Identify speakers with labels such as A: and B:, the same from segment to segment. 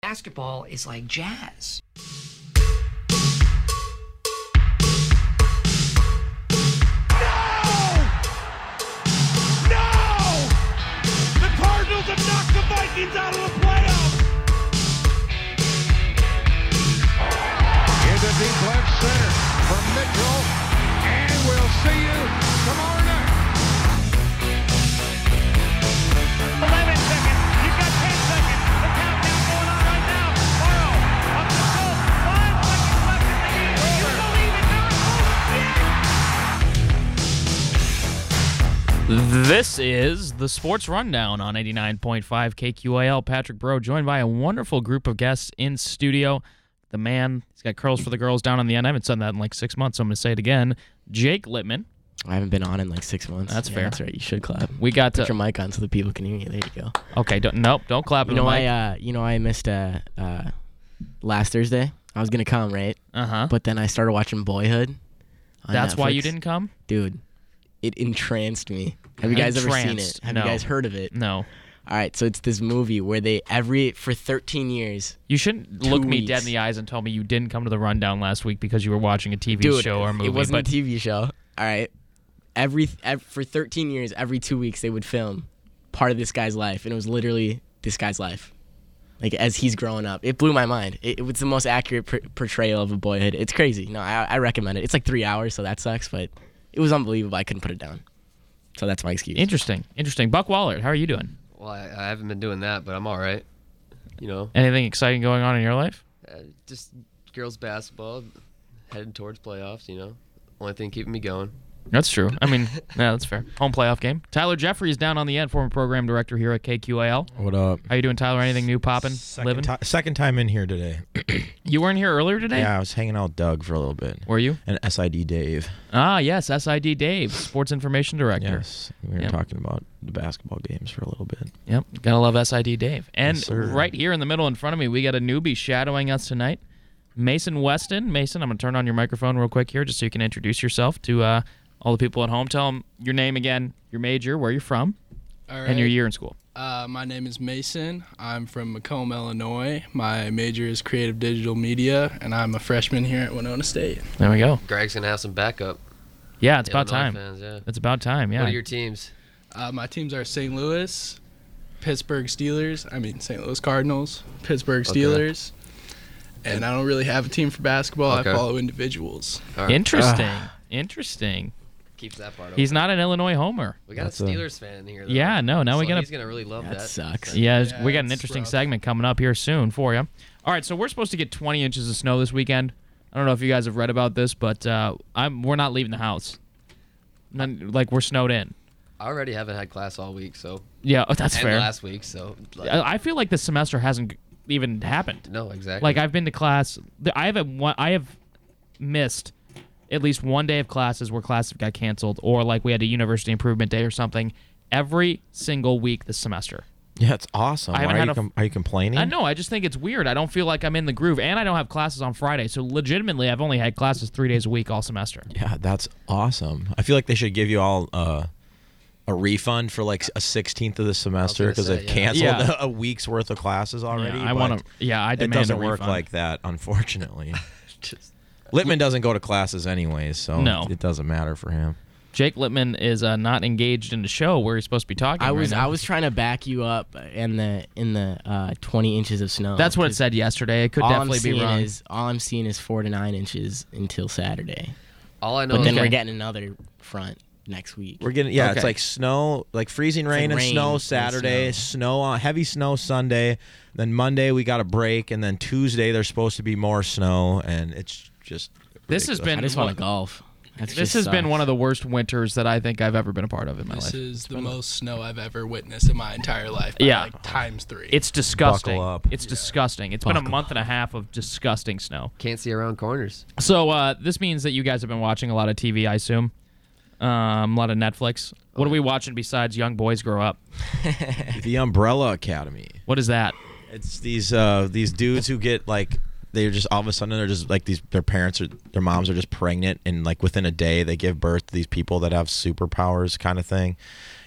A: Basketball is like jazz.
B: No! The Cardinals have knocked the Vikings out of the playoffs!
C: into deep left center for Mitchell, and we'll see you tomorrow night.
B: 11 seconds. You've got 10 seconds. The countdown going on right now. Morrow, up the goal. Five seconds left in the game. Do you believe in miracles? Yes!
D: This is the Sports Rundown on 89.5 KQAL. Patrick Bro joined by a wonderful group of guests in studio. The man, he's got curls for the girls down on the end. I haven't said that in like six months, so I'm going to say it again. Jake Littman.
E: I haven't been on in like six months.
D: That's
E: Yeah,
D: fair.
E: That's right. You should clap.
D: We got
E: Put
D: to-
E: your mic on so the people can hear you. There you go.
D: Okay, don't, nope, don't clap.
E: You know I uh, you know I missed uh, uh last Thursday. I was gonna come right,
D: uh huh.
E: but then I started watching Boyhood. on
D: That's why you
E: Netflix.
D: didn't come?
E: dude. It entranced me. Have you guys ever seen it?
D: Entranced.
E: Have
D: No.
E: you guys heard of it?
D: No.
E: All right, so it's this movie where they every for 13 years,
D: You shouldn't look me dead
E: weeks.
D: in the eyes and tell me you didn't come to the rundown last week because you were watching a TV
E: dude.
D: show or movie.
E: it wasn't
D: but
E: a TV show. All right, every, ev for 13 years, every two weeks they would film part of this guy's life, and it was literally this guy's life, like as he's growing up. It blew my mind. It, it was the most accurate pr- portrayal of a boyhood. It's crazy. No, I, I recommend it. It's like three hours, so that sucks, but it was unbelievable. I couldn't put it down. So that's my excuse.
D: interesting. Interesting. Buck Waller, how are you doing?
F: Well, I, I haven't been doing that, but I'm all right. You know,
D: Anything exciting going on in your life?
F: uh, just girls basketball, headed towards playoffs. You know, only thing keeping me going.
D: That's true. I mean, yeah, that's fair. Home playoff game. Tyler Jeffrey is down on the end, former program director here at KQAL.
G: What up?
D: How you doing, Tyler? Anything new popping? Living?
G: Second, ti- second time in here today.
D: you weren't here earlier today.
G: Yeah, I was hanging out with Doug for a little bit.
D: Were you?
G: And SID Dave.
D: Ah, yes. SID Dave, sports information director.
G: Yes. We were
D: Yep.
G: talking about the basketball games for a little bit.
D: Yep. Gotta love SID Dave. And
G: Yes, sir.
D: right here in the middle in front of me, we got a newbie shadowing us tonight, Mason Weston. Mason, I'm gonna turn on your microphone real quick here, just so you can introduce yourself to uh, all the people at home. Tell them your name again, your major, where you're from,
H: All right.
D: and your year in school.
H: Uh, my name is Mason. I'm from Macomb, Illinois. My major is creative digital media, and I'm a freshman here at Winona State.
D: There we go.
F: Greg's gonna have some backup.
D: Yeah, it's about
F: Illinois
D: time.
F: Fans, yeah.
D: It's about time. Yeah.
F: What are your teams?
H: Uh, my teams are St. Louis, Pittsburgh Steelers. I mean St. Louis Cardinals, Pittsburgh
F: Okay.
H: Steelers. And I don't really have a team for basketball.
F: Okay.
H: I follow individuals.
F: All right,
D: Interesting. Interesting.
F: keep that part.
D: He's
F: open.
D: not an Illinois homer.
F: We got a
G: That's a-
F: Steelers fan here. Though.
D: Yeah, no, now
F: so
D: we gotta-
F: He's gonna really love that.
E: That sucks.
D: Yeah, there's-
H: Yeah,
D: we got an
H: it's
D: interesting
H: rough.
D: segment coming up here soon for you. All right, so we're supposed to get 20 inches of snow this weekend. I don't know if you guys have read about this, but uh, I'm we're not leaving the house. None, like we're snowed in.
F: I already haven't had class all week, so
D: Yeah, oh, that's
F: and
D: fair.
F: last week, so like,
D: I I feel like this semester hasn't g- even happened.
F: no, exactly.
D: Like I've been to class. th- I have a one. I have missed at least one day of classes where classes got canceled, or like we had a university improvement day or something. Every single week this semester.
G: Yeah, it's awesome.
D: I
G: Why
D: haven't
G: are,
D: had
G: you
D: a-
G: com- are you complaining?
D: I know. I just think it's weird. I don't feel like I'm in the groove, and I don't have classes on Friday. So legitimately, I've only had classes three days a week all semester.
G: Yeah, that's awesome. I feel like they should give you all uh, a refund for like a sixteenth of the semester
F: gonna
G: because
F: say,
G: they've
F: yeah.
G: canceled
D: Yeah.
G: a week's worth of classes already.
D: I wanna-
G: but
D: yeah, I
G: It
D: demand a
G: doesn't work
D: refund.
G: like that, unfortunately. Littman doesn't go to classes anyways, so
D: No.
G: it doesn't matter for him.
D: Jake Littman is uh, not engaged in the show where he's supposed to be talking.
E: I
D: right
E: was
D: now.
E: I was trying to back you up in the in the uh, 20 inches of snow.
D: That's what it said yesterday. It could
E: all I'm
D: definitely
E: seeing
D: be wrong.
E: is all I'm seeing is four to nine inches until Saturday.
F: all I know
E: But
F: is
E: then
F: that-
E: we're getting another front next week.
G: We're getting yeah,
D: Okay.
G: it's like snow, like freezing
E: like
G: rain, and
E: rain
G: snow
E: and
G: Saturday, snow. on heavy snow Sunday, then Monday we got a break, and then Tuesday there's supposed to be more snow, and it's just
D: This has
G: ridiculous.
D: been-
E: I just want to golf. That's
D: this
E: just
D: has been
E: sucks.
D: one of the worst winters that I think I've ever been a part of in my
H: This
D: life.
H: is the most snow I've ever witnessed in my entire life. by,
D: Yeah.
H: like, times three.
D: it's disgusting.
G: Buckle up.
D: It's disgusting. It's been a month and a half of disgusting snow.
F: can't see around corners.
D: So uh, this means that you guys have been watching a lot of TV, I assume. Um, a lot of Netflix. What are we watching besides Young Boys Grow Up?
G: the Umbrella Academy.
D: What is that?
G: It's these uh, these dudes who get like they're just all of a sudden they're just like these their parents or their moms are just pregnant and like within a day they give birth to these people that have superpowers kind of thing.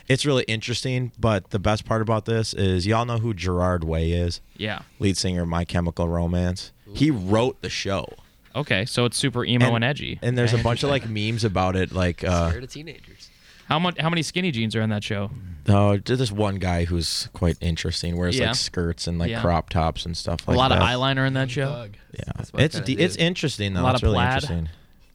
G: It's really interesting, but the best part about this is y'all know who Gerard Way is,
D: Yeah.
G: lead singer of My Chemical Romance. He wrote the show.
D: Okay, so it's super emo and, edgy.
G: And there's a bunch of like memes about it like uh
F: Scared of teenagers.
D: how much? How many skinny jeans are in that show?
G: no, there's this one guy who's quite interesting wears
D: Yeah.
G: like skirts and like
D: Yeah.
G: crop tops and stuff like
D: a lot
G: that.
D: of eyeliner in that show.
H: Bug.
G: Yeah.
F: what I
G: It's
F: kinda
G: de- it's
F: did.
G: interesting though.
D: lot
G: it's
D: of
G: really
D: plaid.
G: interesting.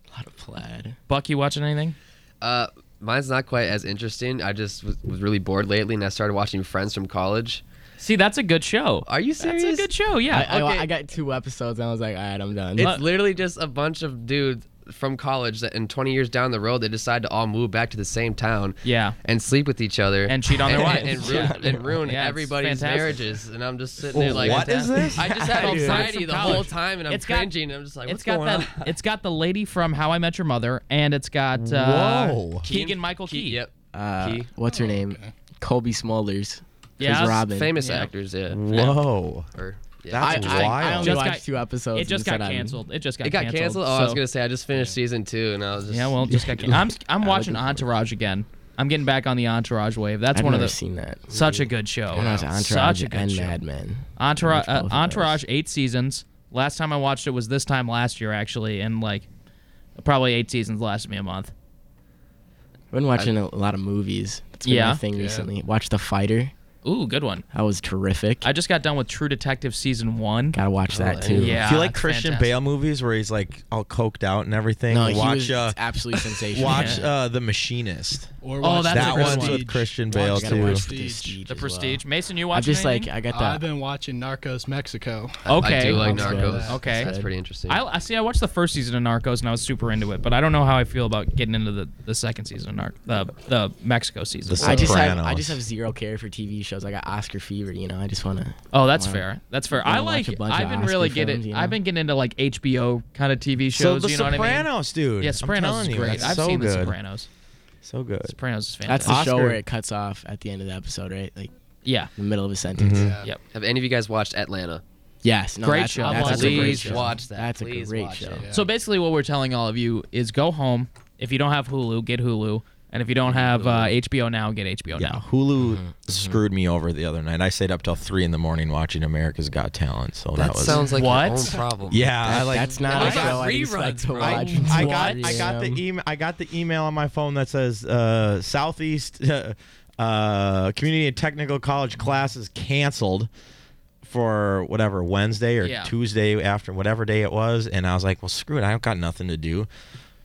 E: A lot of plaid.
D: Buck, you watching anything?
F: Uh, mine's not quite as interesting. I just was, was really bored lately, and I started watching Friends from college.
D: See, that's a good show.
F: Are you serious?
D: That's a good show. Yeah.
E: I, I,
F: Okay.
E: I got two episodes and I was like, all right, I'm done.
F: It's literally just a bunch of dudes from college that, in 20 years down the road, they decide to all move back to the same town.
D: Yeah.
F: And sleep with each other
D: And cheat on their
F: and-
D: wives.
F: and ruin,
D: Yeah. Oh,
F: and ruin
D: Yeah, it's
F: everybody's
D: fantastic.
F: marriages. And I'm just sitting there
G: Well,
F: like,
G: what is this?
F: I just have
D: Dude.
F: anxiety
D: From
F: the whole
D: college.
F: time, and I'm
D: It's got-
F: cringing. I'm just like, what's
D: it's got
F: going
D: that.
F: on?
D: It's got the lady from How I Met Your Mother, and it's got uh,
G: Whoa.
D: Keegan Michael Key.
F: Key, Yep.
E: uh,
F: Key.
E: what's her name? Colby Smulders.
D: Yeah.
E: Chris Robin.
F: Famous
D: Yeah.
F: actors, yeah.
G: Whoa.
F: Or, yeah.
E: I,
G: That's
E: I, I
G: wild.
E: only
D: Just
E: watched
D: got-
E: two episodes.
D: It just
E: and
D: got
E: said I'm-
D: canceled. It just got
F: it got canceled. Oh, I was
D: so-
F: gonna say I just finished season two, and I was just
D: Yeah, well, it just got. I'm I'm watching Entourage again. I'm getting back on the Entourage wave. That's
E: I've
D: one
E: never
D: of the
E: seen that.
D: such a good show.
E: I watched Entourage
D: such a good
E: and
D: show.
E: Mad Men.
D: Entourage,
E: both
D: uh,
E: of those.
D: Entourage, eight seasons. Last time I watched it was this time last year, actually, and like probably eight seasons lasted me a month.
E: I've been watching a lot of movies. That's been
D: Yeah.
E: my thing recently. Watched The Fighter.
D: Ooh, good one.
E: That was terrific.
D: I just got done with True Detective season one.
E: Gotta watch that
F: Oh,
E: too.
D: Yeah,
G: Do you like
D: it's
G: Christian
D: fantastic.
G: Bale movies where he's like all coked out and everything?
E: No, he
G: watch
E: was
G: uh,
E: absolutely sensational.
G: watch
D: Yeah.
G: uh, The Machinist.
H: Or
D: Oh, that's
H: watch The
D: a
G: that
D: good
G: one's
D: one.
G: with
H: Prestige.
G: Christian
H: Watch
G: Bale
H: The
E: gotta
G: too.
E: watch The
H: Prestige.
E: Prestige.
D: The
E: as well.
D: Prestige. Mason, you
E: I'm
D: watching
E: just like
D: anything?
E: I got
F: Uh,
H: I've
E: that.
H: been watching Narcos Mexico.
D: okay.
F: I do like
E: Okay.
F: Narcos.
D: Okay.
F: that's pretty interesting.
D: I, I see. I watched the first season of Narcos and I was super into it, but I don't know how I feel about getting into the, the second season of Narc, the the Mexico season.
G: The
E: I just have
G: Sopranos.
E: I just have zero care for TV shows. I got Oscar fever. You know, I just wanna.
D: oh, that's
E: Wow.
D: fair. That's fair.
E: Wanna
D: I like.
E: watch a bunch of
D: I've been
E: Oscar
D: really getting.
E: films, you know?
D: I've been getting into like HBO kind of TV
G: So
D: shows.
G: The
D: you know what I mean?
G: Sopranos, dude.
D: Yeah,
G: I'm
D: Sopranos
G: telling
D: is
G: you,
D: great.
G: that's
D: I've
G: so
D: seen
G: good.
D: The Sopranos.
G: So good.
D: Sopranos is fantastic.
E: That's the show
G: Oscar-
E: where it cuts off at the end of the episode, right? Like
D: yeah.
E: the middle of a sentence.
G: Mm-hmm.
D: Yep.
F: Have any of you guys watched Atlanta?
E: Yes, no,
D: Great
E: that's,
D: show.
E: That's,
D: That's
E: a
D: a
E: great
D: great
F: Please
E: show.
F: watch that.
E: That's a
F: Please
E: great
F: watch
E: show.
F: it.
D: So basically, what we're telling all of you is go home. If you don't have Hulu, get Hulu. And if you don't have uh, HBO now, get HBO
G: Yeah,
D: now.
G: Hulu screwed me over the other night. I stayed up till three in the morning watching America's Got Talent. So that,
F: That
G: was
F: sounds like
D: What?
F: your own problem.
G: yeah. I
E: That-
G: like
E: that's not
F: I
E: a
F: got
E: show I expect
F: reruns,
E: to
F: bro.
E: watch.
G: I, I got I
E: What?
G: got
E: Yeah.
G: the e email I got the email on my phone that says uh, Southeast uh, uh, Community and Technical College classes canceled for whatever Wednesday or
D: Yeah.
G: Tuesday after whatever day it was, and I was like, well, screw it, I don't got nothing to do.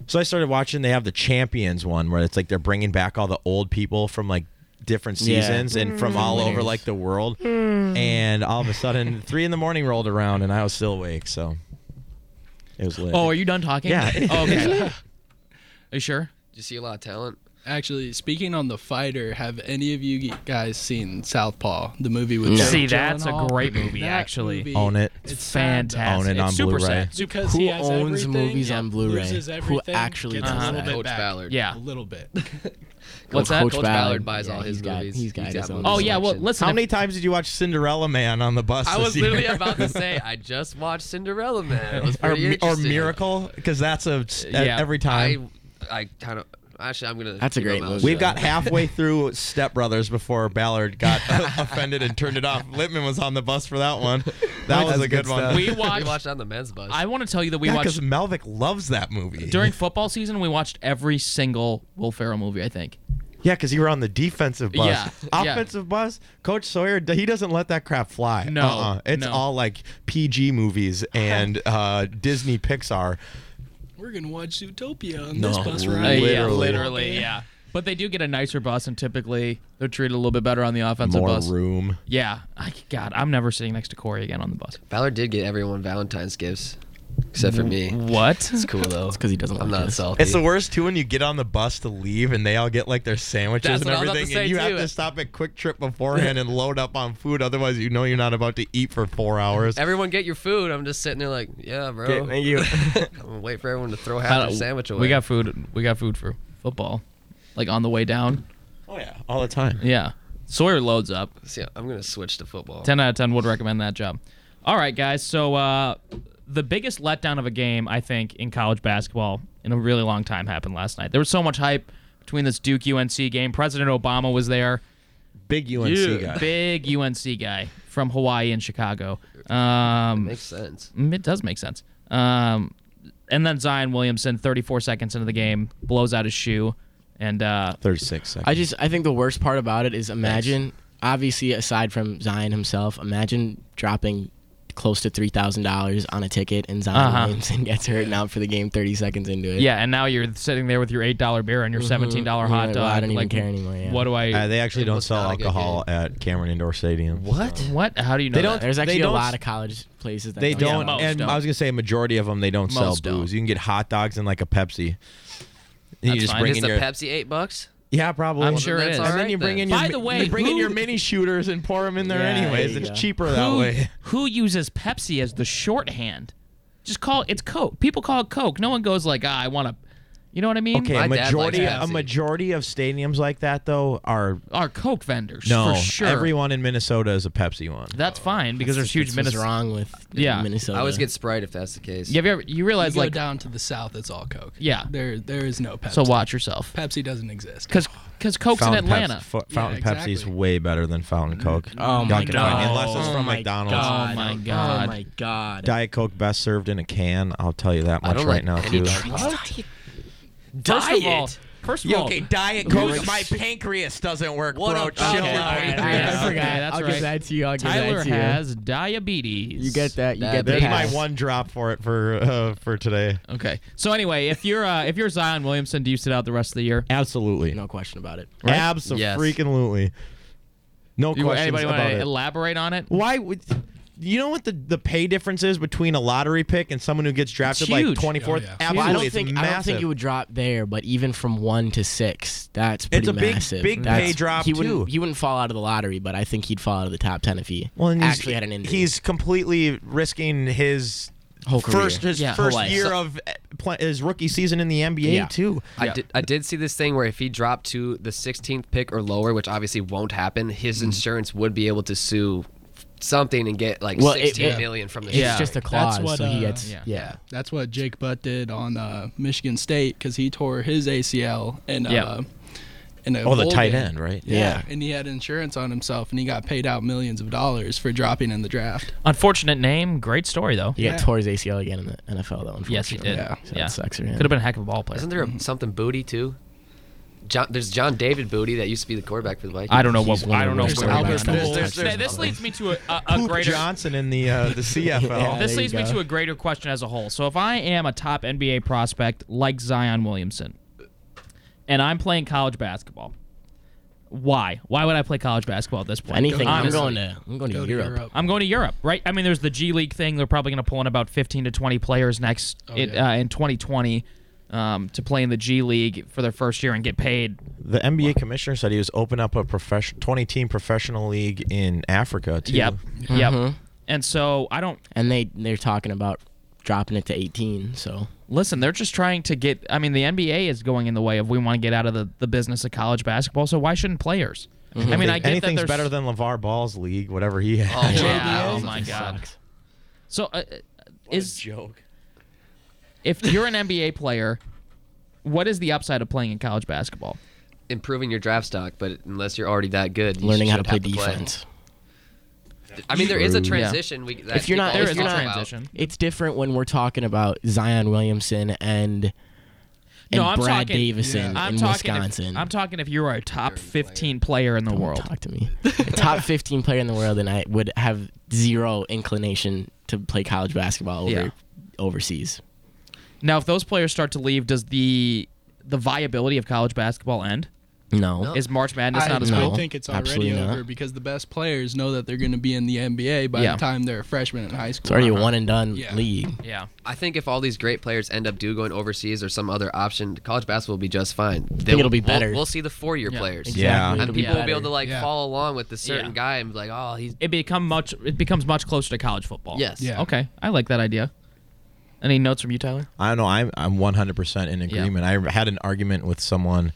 G: So I started watching. They have the Champions one where it's like they're bringing back all the old people from like different
E: Yeah. Mm-hmm. Mm.
G: seasons and from all over like the world. And all of a sudden, three in the morning rolled around, and I was still awake. So it was lit.
D: Oh, are you done talking?
G: Yeah.
D: Oh, okay. Are you sure?
F: Did you see a lot of talent?
H: Actually, speaking on the fighter, have any of you guys seen Southpaw, the movie with? Jake
D: See, that's a
H: Gyllenhaal?
D: great movie,
H: That
D: actually.
H: movie-
G: Own it.
H: It's sad,
D: Fantastic.
G: Own it on
D: it's super
G: Blu-ray.
D: sad.
H: though,
D: Super-
H: because
E: Who
H: he has
E: owns
H: everything,
E: movies on Blu-ray?
H: loses
E: Who
H: everything,
E: actually
H: gets
E: does
H: a little
E: that?
H: bit
F: Coach
H: back,
F: Ballard.
D: Yeah.
H: a little bit.
F: What's that?
E: Coach
F: Coach,
E: Ballard.
F: Ballard buys
E: Yeah,
F: all
E: he's
F: his
E: got-
F: movies.
E: he's got his own
D: Oh yeah. Well,
F: collection.
D: listen.
G: How
D: if-
G: many times did you watch Cinderella Man on the bus?
F: I
G: this
F: was
G: year?
F: literally about to say I just watched Cinderella Man. It was
G: or,
F: pretty
G: or
F: interesting.
G: Miracle because that's a e-
D: Yeah.
G: every
F: I
G: time.
F: I kind of actually I'm gonna.
E: That's a
F: keep my
E: great
F: mouth
E: movie.
G: We've
F: shut.
G: got halfway through Step Brothers before Ballard got offended and turned it off. Lippman was on the bus for that one. That was a good, one.
D: We
F: we
D: watched.
F: watched on the men's bus.
D: I want to tell you that we
G: yeah, because
D: watched
G: Melvick loves that movie.
D: during football season. We watched every single Will Ferrell movie. I think.
G: yeah, because you were on the defensive bus.
D: Yeah, yeah.
G: Offensive bus, Coach Sawyer, he doesn't let that crap fly.
D: No,
G: Uh-uh. It's
D: no.
G: all like PG movies and uh, Disney Pixar.
H: We're gonna watch Zootopia on this bus
G: Uh,
H: ride.
G: yeah,
D: Yeah,
G: Literally.
D: literally. Yeah. But they do get a nicer bus, and typically they're treated a little bit better on the offensive
G: More
D: bus.
G: room.
D: Yeah. I, God, I'm never sitting next to Corey again on the bus.
F: Ballard did get everyone Valentine's gifts, except for me.
D: What?
F: It's cool though.
E: because he doesn't
F: I'm
E: like
F: not
E: us.
F: salty.
G: It's the worst too when you get on the bus to leave and they all get like their sandwiches
F: That's
G: and
F: what I was about to
G: everything,
F: say,
G: and you
F: too.
G: have to stop at Quick Trip beforehand and load up on food. Otherwise, you know you're not about to eat for four hours.
F: everyone get your food. I'm just sitting there like, yeah, bro.
E: Okay, thank you.
F: I'm gonna wait for everyone to throw half their sandwich away.
D: Uh, We got food. We got food for football, like on the way down.
G: Oh yeah, all the time.
D: Yeah. Sawyer loads up.
F: See, I'm gonna switch to football.
D: 10 out of 10 would recommend that job. All right, guys. So uh, the biggest letdown of a game I think in college basketball in a really long time happened last night. There was so much hype between this Duke UNC game. President Obama was there.
G: Big UNC guy.
D: Big UNC guy from Hawaii and Chicago. Um,
F: Makes sense.
D: Mm, It does make sense. Um, and then Zion Williamson, 34 seconds into the game, blows out his shoe, and uh,
G: 36 seconds.
E: I just I think the worst part about it is imagine obviously aside from Zion himself, imagine dropping close to three thousand dollars on a ticket and Zion
D: Uh-huh.
E: Williamson gets hurt and out for the game thirty seconds into it.
D: yeah, and now you're sitting there with your eight dollar beer and your seventeen dollar
E: Mm-hmm. Yeah,
D: hot
E: well,
D: dog.
E: I don't even
D: like,
E: care anymore, yeah.
D: What do I?
G: Uh, they actually don't
F: was
G: sell
F: not a good
G: alcohol at Cameron Indoor Stadium.
F: What?
D: what? How do you know?
G: They don't-
D: that?
E: There's
G: They
E: actually a
G: don't-
E: lot of college places that
G: They don't,
D: most
G: and
D: don't.
G: I was gonna say a majority of them they don't sell
D: Most don't.
G: booze. You can get hot dogs and like a Pepsi. And you
D: That's
G: just
D: fine.
G: bring
F: Is
G: in
F: the
G: your
F: Pepsi eight bucks?
G: yeah, probably.
D: I'm sure it
F: that's
D: is.
F: all
G: And then
F: right
G: you bring
F: then.
G: in your
D: By the way,
G: you bring in
D: who-
G: your mini shooters and pour them in there
E: Yeah,
G: anyways.
E: there you
G: It's
E: go.
G: cheaper that
D: who,
G: way.
D: who uses Pepsi as the shorthand? Just call it's Coke. People call it Coke. No one goes like, ah, I want to. You know what I mean?
G: Okay,
F: My
G: a
F: dad likes
G: majority a
F: Pepsi.
G: majority of stadiums like that though are
D: Our Coke vendors
G: no.
D: for sure.
G: Everyone in Minnesota is a Pepsi one.
D: That's fine because there's huge
E: Minnesota.
D: Minnesota.
E: wrong with
D: Yeah.
E: Minnesota.
F: I always get Sprite if that's the case.
D: You ever you realize
H: go
D: like
H: down to the south, it's all Coke.
D: Yeah.
H: There, there is no Pepsi.
D: so watch yourself
H: Pepsi doesn't exist.
D: because because Coke's in
G: Fountain
D: Atlanta.
G: Pepsi, fo- Fountain Pepsi's
H: exactly.
G: way better than Fountain Coke.
E: Oh
G: Y'all
E: my
G: can
E: god!
G: find it, Unless it's
E: Oh
G: from
E: my
G: McDonald's.
E: God.
D: Oh my God.
E: Oh my god!
G: Diet Coke best served in a can. I'll tell you that much
F: don't like
G: right now
F: any
G: too.
E: Oh
F: drink.
D: First of all, first of all,
G: Diet Coke. My pancreas doesn't work, bro.
E: Okay, all right, all right, I
D: Okay,
E: forgot.
D: that's
E: I'll
D: right.
E: give that to you. I'll give
D: Tyler
E: that to you.
D: has diabetes.
E: You get that. You get the
G: There's my
E: pass.
G: one drop for it for uh, for today.
D: Okay. So anyway, if you're uh, if you're Zion Williamson, do you sit out the rest of the year?
G: Absolutely,
E: No question about it.
G: absolutely,
F: Yes.
G: freaking lutely. No
D: Do you,
G: questions
D: anybody
G: about
D: want to
G: it.
D: elaborate on it?
G: Why would you know what the, the pay difference is between a lottery pick and someone who gets drafted
D: It's
G: like
D: huge.
G: 24th?
H: Oh, yeah.
G: Absolutely,
E: Well, I don't
G: it's
E: think
G: massive.
E: I don't think it would drop there, but even from one to six, that's
G: It's
E: pretty
G: a big-
E: massive.
G: big
E: That's-
G: pay drop,
E: He wouldn't
G: too.
E: he wouldn't fall out of the lottery, but I think he'd fall out of the top ten if he
G: Well, and he's-
E: actually had an injury.
G: He's completely risking his
E: Whole career.
G: first his
D: Yeah, whole
G: first
E: life.
G: year of uh, play, his rookie season in the NBA
E: Yeah.
G: too.
F: I did, I did see this thing where if he dropped to the 16th pick or lower, which obviously won't happen, his insurance would be able to sue something and get like
E: Well, it-
F: sixteen million
E: it-
F: from the
E: it's
D: Yeah.
E: just a
H: That's
E: clause,
H: what,
E: so he
H: uh,
E: gets
D: yeah.
E: yeah.
H: That's what Jake Butt did on uh, Michigan State because he tore his ACL and uh,
D: Yeah.
H: in a
G: Oh, the
H: bowl
G: tight
H: game.
G: end, right?
H: Yeah. and he had insurance on himself, and he got paid out millions of dollars for dropping in the draft.
D: Unfortunate name. Great story though.
E: He
H: Yeah.
E: got tore his ACL again in the NFL though. Unfortunately.
D: Yes, he did. Yeah.
H: Yeah.
E: So that sucks for him.
D: Could have been a heck of a ball player.
F: Isn't there a, something Booty too? John, there's John David Booty that used to be the quarterback for the Vikings.
D: I don't know what
E: one
D: I don't
E: of the
D: know.
E: worst
D: where we're
H: quarterbacks
D: at.
H: in the
D: This-
H: world.
D: this- This leads me to a, a, a
G: Poop
D: greater
G: Johnson in the uh, the CFL.
E: Yeah.
D: This
E: There you
D: leads me
E: go.
D: to a greater question as a whole. So if I am a top NBA prospect like Zion Williamson, and I'm playing college basketball, why? Why would I play college basketball at this point?
E: Anything. I'm
D: Honestly.
E: going to I'm going to
H: Go to
E: Europe.
H: Europe.
D: I'm going to Europe, right? I mean, there's the G League thing. They're probably going to pull in about 15 to 20 players next
E: Oh,
D: in,
H: yeah.
D: uh, in 2020 um, to play in the G League for their first year and get paid.
G: The NBA commissioner said he was open up a profession, 20 team professional league in Africa too.
D: Yep. Yep.
E: Mm-hmm.
D: And so I don't
E: And they they're talking about dropping it to 18. So
D: Listen, they're just trying to get. I mean, the NBA is going in the way of we want to get out of the, the business of college basketball. So why shouldn't players? I mean, I get that
G: Anything's
D: there's-
G: better than LeVar Ball's league, whatever he had.
D: Yeah, oh my god.
E: Sucks.
D: So uh, is
G: joke.
D: if you're an NBA player, what is the upside of playing in college basketball?
F: improving your draft stock, but unless you're already that good, you
E: learning how to
F: should
E: play
F: have to
E: defense.
F: I mean, there is a transition. We, that
E: If you're not-
D: There
E: there
F: people
D: is
E: It's
D: a
E: not-
F: talk about.
D: transition.
E: It's different when we're talking about Zion Williamson and and
D: no, I'm
E: Brad
D: talking.
E: Davison
D: I'm
E: in
D: talking. if-
E: Wisconsin.
D: I'm talking if you are a top 15 player in the world.
E: Talk to me. Top 15 player in the world, and I would have zero inclination to play college basketball over
D: Yeah.
E: overseas.
D: Now, if those players start to leave, does the the viability of college basketball end?
E: No.
D: Is March Madness
H: I,
D: not as
E: no.
H: I
D: cool?
H: think it's already
E: Absolutely not.
H: over because the best players know that they're going to be in the NBA by
D: Yeah.
H: the time they're freshmen in high school.
E: It's already a one and done
H: Uh-huh. Yeah.
E: league.
D: Yeah.
F: I think if all these great players end up do going overseas or some other option, college basketball will be just fine. I
E: think it'll be better.
F: We'll, see the four-year players.
G: Yeah.
E: Exactly.
F: And
E: It'll be
F: people will be able
E: better.
F: to like
H: Yeah.
F: follow along with the certain
D: Yeah.
F: guy and be like, oh, he's
D: it become much it becomes much closer to college football.
F: Yes.
H: Yeah.
D: Okay. I like that idea. Any notes from you, Tyler?
G: I don't know. I'm I'm 100 percent in agreement. I had an argument with someone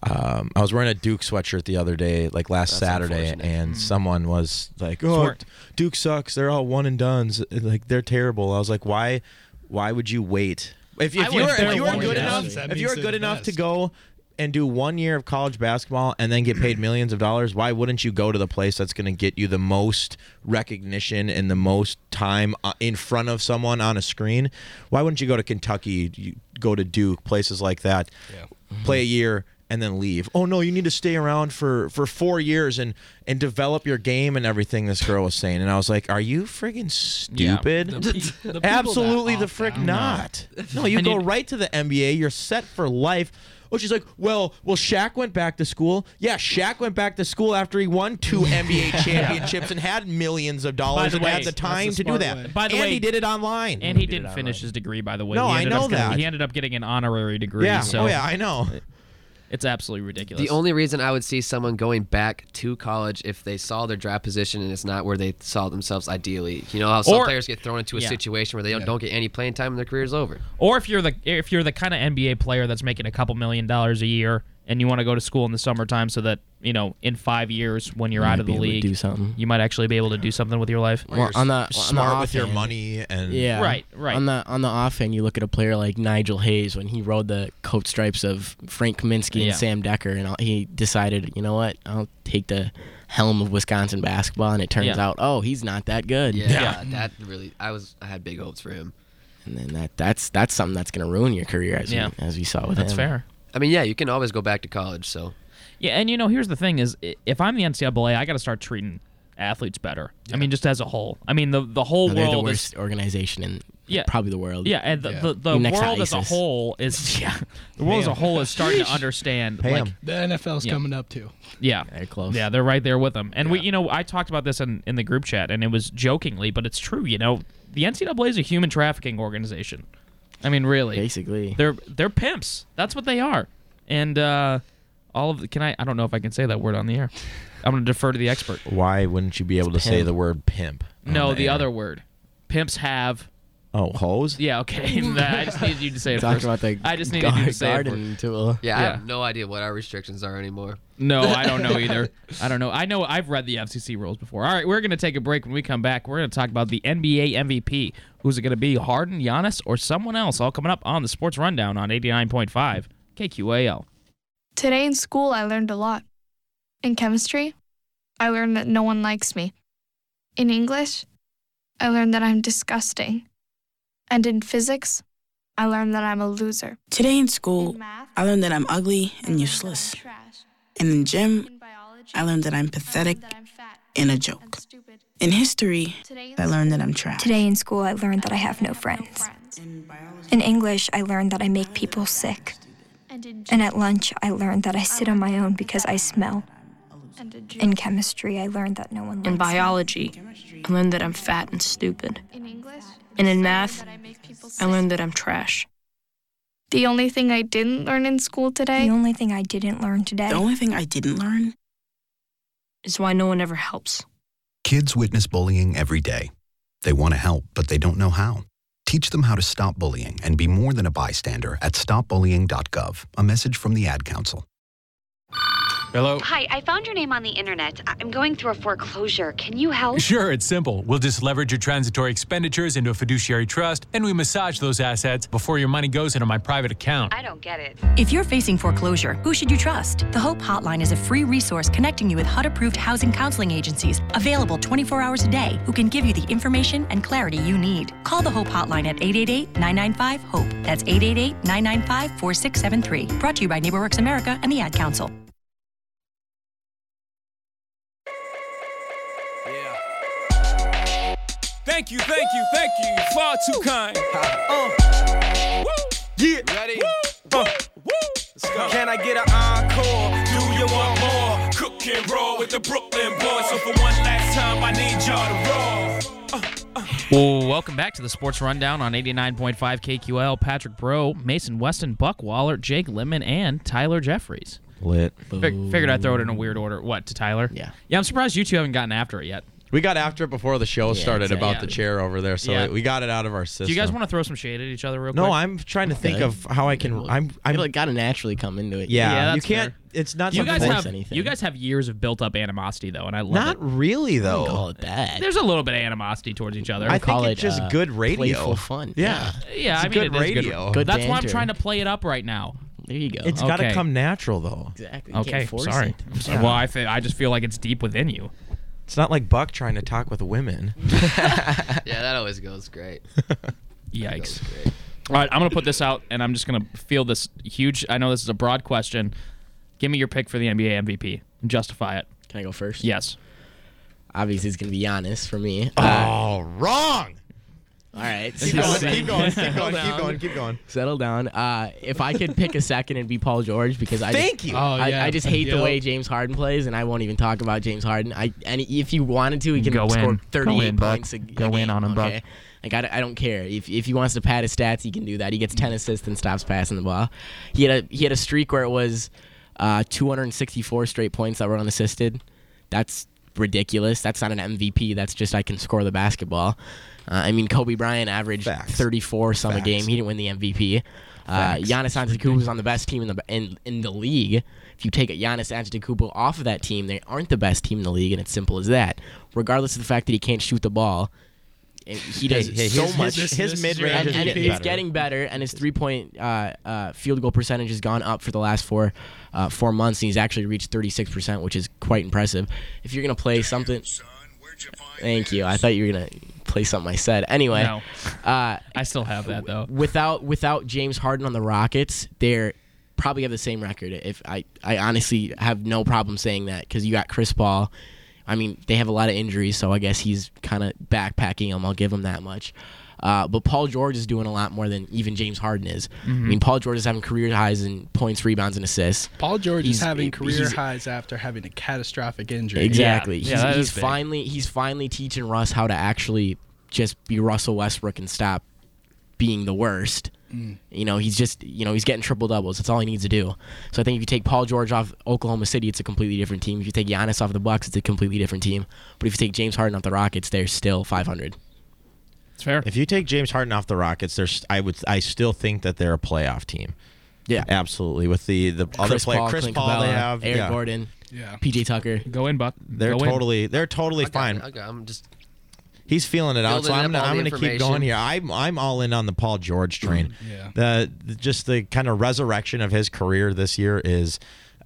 G: Um, I was wearing a Duke sweatshirt the other day, like last Saturday,
F: unfortunate.
G: and someone was like, "Oh,
D: Mm. Smart.
G: Duke sucks. They're all one and duns. Like they're terrible." I was like, "Why? Why would you wait? If,
D: I
G: if you
D: went
G: were
D: there
G: if you were
D: one
G: good
D: and
G: enough,
D: duns,
H: that
G: if
H: means
G: you were
H: they're
G: good
H: the
G: enough to
H: best.
G: go." And do one year of college basketball and then get paid millions of dollars. Why wouldn't you go to the place that's going to get you the most recognition and the most time uh, in front of someone on a screen? Why wouldn't you go to Kentucky, you go to Duke, places like that? play a
H: Mm-hmm.
G: year and then leave. Oh no, you need to stay around for for 4 years and and develop your game and everything this girl was saying. And I was like, "Are you friggin' stupid?"
H: people that
G: Absolutely the
H: opt
G: frick
H: out.
G: not. No, you
D: And
G: go
D: you-
G: right to the NBA, you're set for life. Oh, she's like, well, well, Shaq went back to school. Yeah, Shaq went back to school after he won two NBA championships and had millions of dollars
D: the
G: and
D: way,
G: had the
D: that's
G: time
H: the
G: to do
H: smart
G: that.
H: way.
D: By the
G: and
D: way-
G: he did it online.
D: And he didn't finish his degree, by the way.
G: No,
D: He
G: I
D: ended up
G: know
D: getting-
G: that.
D: He ended up getting an honorary degree.
G: yeah,
D: So
G: oh yeah, I know.
D: it's absolutely ridiculous.
F: The only reason I would see someone going back to college if they saw their draft position and it's not where they saw themselves ideally. You know how some
D: Or-
F: players get thrown into a
D: Yeah.
F: situation where they don't, don't get any playing time and their career's over.
D: Or if you're the if you're the kind of NBA player that's making a couple million dollars a year and you want to go to school in the summertime so that you know in five years when you're out of
E: be
D: the
E: able to
D: league
E: do something.
D: you might actually be able to do something with your life.
E: Well, on the
D: Uh,
E: on the
G: Smart with your
E: offhand-
G: money and
E: Yeah.
D: Right, right.
E: On the on the offhand, you look at a player like Nigel Hayes when he rode the coat stripes of Frank Kaminsky and
D: Yeah.
E: Sam Decker, and all, he decided, you know what, I'll take the helm of Wisconsin basketball, and it turns
D: Yeah.
E: out, oh, he's not that good.
F: Yeah, that really. I was. I had big hopes for him.
E: And then that that's that's something that's gonna ruin your career, as
D: Yeah.
E: we, as we saw with
D: That's
E: him.
D: fair.
F: I mean, yeah, you can always go back to college. So
D: Yeah, and you know, here's the thing: is i- if I'm the NCAA, I got to start treating athletes better. I mean, just as a whole. I mean, the the whole
E: No, they're
D: world
E: the
D: is
E: worst organization in
D: Yeah.
E: probably the world.
D: yeah, and the
H: Yeah.
D: the, the
E: Next to
D: world as a
E: ISIS.
D: whole is yeah, the world as a whole is starting to understand
G: Pay
D: like
G: 'em.
H: The NFL's
D: Yeah.
H: coming up too.
D: yeah,
E: They're close.
D: Yeah, they're right there with them. And we, you know, I talked about this in, in the group chat, and it was jokingly, but it's true. You know, the NCAA is a human trafficking organization. I mean, really,
E: Basically.
D: they're they're pimps. That's what they are. And uh, all of the, can I? I don't know if I can say that word on the air. I'm gonna defer to the expert.
G: Why wouldn't you be able to say
E: pimp.
G: the word pimp? on
D: No, the
G: air?
D: other word. Pimps have.
G: Oh, hose?
D: Yeah, okay. I just needed you to say it
E: Talk
D: first.
E: about the
D: I just needed
E: gar-
D: you to say it first.
E: garden tool.
F: yeah, I
D: Yeah.
F: have no idea what our restrictions are anymore.
D: No, I don't know either. I don't know. I know I've read the FCC rules before. All right, we're going to take a break. When we come back, we're going to talk about the NBA MVP. Who's it going to be, Harden, Giannis, or someone else? All coming up on the Sports Rundown on 89.5 KQAL.
I: Today in school, I learned a lot. In chemistry, I learned that no one likes me. In English, I learned that I'm disgusting. And in physics, I learned that I'm a loser.
J: Today in school,
I: In math,
J: I learned that I'm ugly
I: I
J: and
I: learned that
J: useless.
I: I'm trash.
J: And in gym,
I: In biology,
J: I learned that I'm pathetic
I: that I'm fat
J: and a
I: and
J: joke.
I: stupid.
J: In history,
I: Today in
J: I learned that I'm trash.
K: Today in school, I learned that I have no
I: school,
K: friends.
I: friends.
J: In biology,
K: In English, I learned that I make people sick.
I: And in gym,
K: And at lunch, I learned that I sit on my own because I smell.
I: and in gym.
K: In chemistry, I learned that no one likes
J: in
K: me.
J: biology, I learned that I'm fat and stupid.
I: In English,
J: And in
I: I learned
J: math,
I: that I make people
J: I
I: sick.
J: learned that I'm trash.
I: The only thing I didn't learn in school today
K: The only thing I didn't learn today.
J: The only thing I didn't learn is why no one ever helps.
L: Kids witness bullying every day. They want to help, but they don't know how. Teach them how to stop bullying and be more than a bystander at stopbullying.gov. A message from the Ad Council.
H: Hello.
K: Hi, I found your name on the internet. I'm going through a foreclosure. Can you help?
L: Sure, it's simple. We'll just leverage your transitory expenditures into a fiduciary trust, and we massage those assets before your money goes into my private account.
K: I don't get it.
J: If you're facing foreclosure, who should you trust? The Hope Hotline is a free resource connecting you with HUD approved housing counseling agencies available 24 hours a day who can give you the information and clarity you need. Call the Hope Hotline at 888 995 HOPE. That's 888 995 4673. Brought to you by NeighborWorks America and the Ad Council.
L: Thank you, thank you, thank you. You're far too kind.
B: Ready? Can I get an encore? Do you want more? Cook and roll with the Brooklyn boys. So for one last time, I need y'all to roll.
D: Well, welcome back to the Sports Rundown on 89.5 KQL. Patrick Bro, Mason Weston, Buck Waller, Jake Lemon, and Tyler Jeffries.
G: Lit.
D: Fig- figured I'd throw it in a weird order. What, to Tyler?
E: Yeah.
D: Yeah, I'm surprised you two haven't gotten after it yet.
G: We got after it before the show started
E: exactly.
G: about the chair over there, so
D: Yeah.
G: we got it out of our system.
D: Do you guys want to throw some shade at each other real quick?
G: No, I'm trying to think
E: Okay.
G: of how I can. I'm.
E: I
G: I'm
E: like gotta naturally come into it.
G: yeah,
D: Yeah,
G: you
D: that's
G: can't.
D: fair.
G: it's not
D: You guys
G: something-
D: have you guys have years of built up animosity though, and I love
G: Not
D: it.
G: really though.
D: There's a little bit of animosity towards each other.
G: I think it's just good radio. Yeah.
D: Yeah,
G: It's
D: I mean,
G: good
D: it is
G: radio.
D: That's why I'm trying to play it up right now.
E: There you go.
G: It's got to come natural though.
E: Exactly. You
D: Okay,
E: can't force
D: sorry.
E: it.
D: I'm sorry.
G: Yeah.
D: Well, I fe- I just feel like it's deep within you.
G: It's not like Buck trying to talk with women.
F: yeah, that always goes great.
D: Yikes. All right, I'm going to put this out and I'm just going to feel this huge. I know this is a broad question. Give me your pick for the NBA MVP and justify it.
E: Can I go first?
D: Yes.
E: Obviously, it's going to be Giannis for me.
G: oh, wrong.
E: All right.
G: Keep going, keep going, keep going, keep going, keep going.
E: Settle down. Uh, if I could pick a second, it'd be Paul George because I
G: Thank
E: just,
G: you. Oh,
E: I,
G: yeah.
E: I just hate the
G: Yep.
E: way James Harden plays, and I won't even talk about James Harden. I and if you wanted to, he can
D: Go in.
E: score
D: Go
E: 38
D: in, Buck.
E: points. A, a
D: Go in
E: game,
D: on him, Buck.
E: okay? Like I, d- I don't care if if he wants to pad his stats, he can do that. He gets 10 assists and stops passing the ball. He had a he had a streak where it was uh, 264 straight points that were unassisted. That's ridiculous. That's not an MVP. That's just I can score the basketball. Uh, I mean, Kobe Bryant averaged 34 some a
G: Facts.
E: game. He didn't win the MVP. Uh,
G: Facts.
E: Giannis Antetokounmpo was on the best team in the in, in the league. If you take a Giannis Antetokounmpo off of that team, they aren't the best team in the league, and it's simple as that. Regardless of the fact that he can't shoot the ball, and he does
G: Hey, hey,
E: so
G: his-
E: much.
G: his- his mid-range
E: and,
G: is
E: and
G: getting
E: it's
G: better.
E: getting better, and his three-point uh, uh, field goal percentage has gone up for the last four uh, four months, and he's actually reached 36 percent, which is quite impressive. If you're gonna play something, thank you. I thought you were gonna play something I said. Anyway,
D: No.
E: uh,
D: I still have that though.
E: without without James Harden on the Rockets, they're probably have the same record. If I I honestly have no problem saying that because you got Chris Paul. I mean, they have a lot of injuries, so I guess he's kind of backpacking him. I'll give him that much. Uh, but Paul George is doing a lot more than even James Harden is. I
H: Mhm.
E: mean, Paul George is having career highs in points, rebounds, and assists.
H: Paul George is
E: He's-
H: having career
E: he's-
H: highs after having a catastrophic injury.
E: Exactly. he's he's finally he's finally teaching Russ how to actually just be Russell Westbrook and stop being the worst.
H: Mm.
E: You know, he's just you know he's getting triple doubles. That's all he needs to do. So I think if you take Paul George off Oklahoma City, it's a completely different team. If you take Giannis off the Bucks, it's a completely different team. But if you take James Harden off the Rockets, they're still 500.
D: It's fair.
G: If you take James Harden off the Rockets, there's I would I still think that they're a playoff team.
E: Yeah.
G: Absolutely. With the the other
E: Chris
G: player
E: Paul,
G: Chris
E: Clint
G: Paul they
E: Capella,
G: have
E: Aaron
G: yeah.
E: Gordon,
H: Yeah.
E: PJ Tucker.
D: Go in, Buck.
G: They're
D: Go in.
G: totally they're totally fine.
F: Okay, I'm just
G: He's feeling it out, so
F: Building
G: I'm
F: up
G: gonna,
F: all
G: I'm
F: the
G: gonna keep
F: information. Mm-hmm.
G: going here. I'm I'm all in on the Paul George train.
F: Yeah.
G: The, the- just the kind of resurrection of his career this year is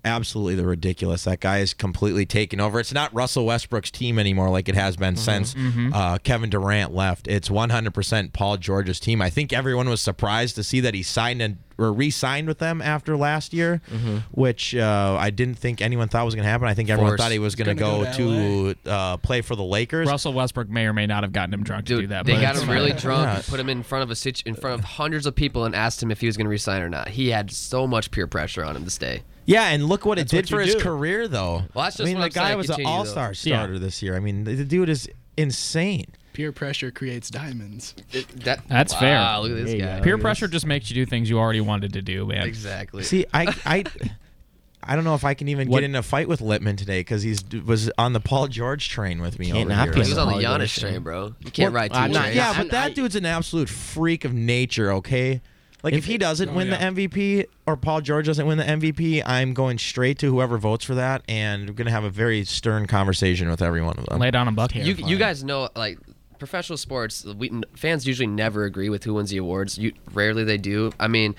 G: absolutely the ridiculous. That guy is completely taken over. It's not Russell Westbrook's team anymore, like it has
F: Mm-hmm.
G: been since
D: Mhm.
G: uh, Kevin Durant left. It's 100% Paul George's team. I think everyone was surprised to see that he signed and or re-signed with them after last year,
F: Mm-hmm.
G: which uh, I didn't think anyone thought was going to happen. I think everyone
F: Force.
G: thought he was
F: He's
G: going to go,
F: gonna go to
G: to, uh, play for the Lakers.
D: Russell Westbrook may or may not have gotten him drunk to do that.
F: They
D: but
F: got
D: it's
F: him
D: fine.
F: really drunk,
G: Yeah.
F: and put him in front of a situ- in front of hundreds of people, and asked him if he was going to resign or not. He had so much peer pressure on him to stay.
G: Yeah, and look what
F: That's
G: it
F: what
G: did for
F: you
G: his
F: do.
G: career, though.
F: Well, that's just
G: I mean,
F: what
G: the
F: I'm
G: guy
F: saying.
G: was an
F: Continue, though.
G: All Star
F: Yeah.
G: starter this year. I mean, the the dude is insane.
H: Peer pressure creates diamonds.
F: That,
D: That's fair.
F: Wow, Look at this guy.
D: Peer pressure just makes you do things you already wanted to do, man.
F: Exactly.
G: See, I, I, I don't know if I can even
D: What-
G: get in a fight with Littman today because he's was on the Paul George train with me.
E: Can't
G: over
E: not
G: here.
E: be
F: he was on the
E: Paul
F: Giannis
E: George
F: train,
E: thing.
F: bro. You can't ride two
E: I'm not-
F: trains.
G: yeah,
E: I'm-
G: but that
E: I-
G: dude's an absolute freak of nature. Okay. Like if, he doesn't
F: Oh,
G: win the MVP or Paul George doesn't win the MVP, I'm going straight to whoever votes for that, and I'm gonna have a very stern conversation with every one of them.
D: Lay down and buck.
F: you you guys know like professional sports we, fans usually never agree with who wins the awards you rarely they do i mean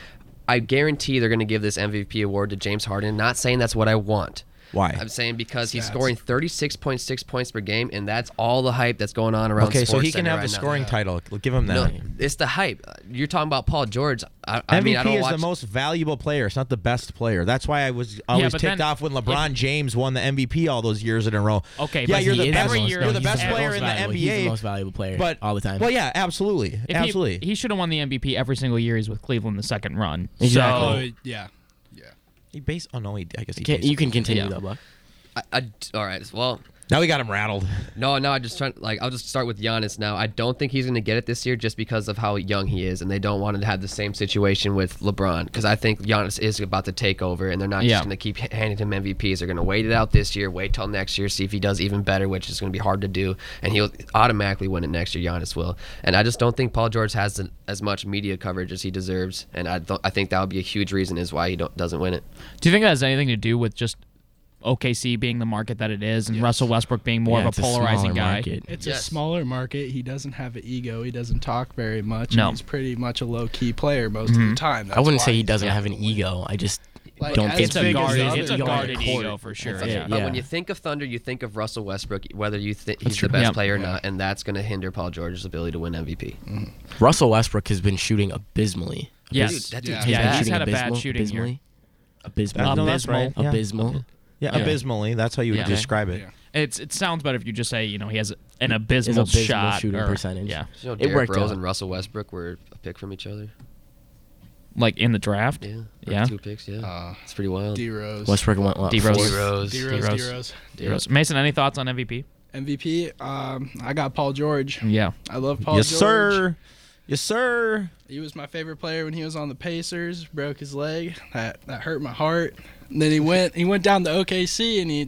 F: i guarantee they're going to give this mvp award to james harden not saying that's what i want
G: Why?
F: i'm saying because he's
H: Stats.
F: scoring 36.6 points per game and that's all the hype that's going on around
G: okay, so he can
F: SportsCenter
G: have
F: right
G: the
F: now.
G: scoring title. Give him
F: no
G: that.
F: it's the hype you're talking about paul george i, I
G: MVP
F: mean i don't
G: is
F: watch
G: the most valuable player. It's not the best player. That's why I was always
D: but
G: ticked
D: then-
G: off when LeBron James won the MVP all those years in a row.
D: Okay,
G: yeah,
D: but
G: you're
D: he
G: the
D: is
G: best,
D: the most- no,
G: you're the
D: he's
G: best
D: the
G: player
D: most
G: in the
D: valuable.
G: NBA.
D: He's the
E: most valuable player
G: but,
E: all the time.
G: Well, yeah, absolutely,
D: If he-
G: absolutely.
D: He, should have won the MVP every single year he's with Cleveland the second run.
H: Oh,
D: Exactly.
H: yeah.
G: He, based. Oh no, he. I guess he.
E: Can,
G: based-
E: you can continue
F: Yeah.
E: though, Buck.
F: I, I- all right. Well,
G: Now we got him rattled.
F: No, no, I just trying like I'll just start with Giannis now. I don't think he's going to get it this year just because of how young he is, and they don't want to have the same situation with LeBron because I think Giannis is about to take over, and they're not
D: Yeah.
F: just going to keep handing him MVPs. They're going to wait it out this year, wait till next year, see if he does even better, which is going to be hard to do, and he'll automatically win it next year. Giannis will, and I just don't think Paul George has an- as much media coverage as he deserves, and I th- I think that would be a huge reason is why he don't, doesn't win it.
D: Do you think that has anything to do with just OKC being the market that it is and Russell Westbrook being more
H: Yeah,
D: of
H: it's
D: a
H: a
D: polarizing
H: smaller
D: guy?
H: market. It's a smaller market. He doesn't have an ego. He doesn't talk very much.
D: No.
H: and he's pretty much a low key player most of the time.
E: Mm-hmm. I wouldn't
H: That's
E: say
H: why
E: he doesn't
H: he's-
E: have an ego. I just
H: Like,
E: don't
H: as
E: think
H: It's a big as guarded- the
D: it's a
E: ego on the
D: guarded
E: court.
D: ego for sure.
E: It's
D: yeah.
F: But when you think of Thunder, you think of Russell Westbrook, whether you think
E: That's
F: he's
E: true.
F: the best
E: Yeah.
F: player or not, and that's going to hinder Paul George's ability to win MVP.
H: Mm.
E: Russell Westbrook has been shooting abysmally. Abys-
F: Yes. Dude, that dude's
E: Has
F: Yeah,
E: been
F: he's
E: shooting
D: had a bad
E: abysmal-
D: shooting year.
E: abysmally? Abysmal.
G: Uh, no, that's right. Yeah.
E: Abysmal.
G: Yeah, abysmally. That's how you would
D: Yeah.
G: describe it.
D: It's it sounds better if you just say you know he has an abysmal,
E: abysmal
D: shot
E: shooting
D: or-
E: percentage.
D: Yeah,
F: You know,
E: It
F: Derrick
E: worked
F: Rose
E: out.
F: and Russell Westbrook were a pick from each other.
D: like in the draft.
F: Yeah, Or
D: yeah.
F: two picks. Yeah, it's pretty wild.
H: Uh, D Rose.
E: Westbrook went what?
D: D Rose.
E: fourth?
H: D Rose. D Rose.
D: D Rose. Mason, any thoughts on MVP?
H: MVP. Um, I got Paul George.
D: Yeah.
H: I love Paul
G: yes,
H: George.
G: sir. Yes, sir.
H: He was my favorite player when he was on the Pacers. Broke his leg. That that hurt my heart. And then he went he went down to OKC and he's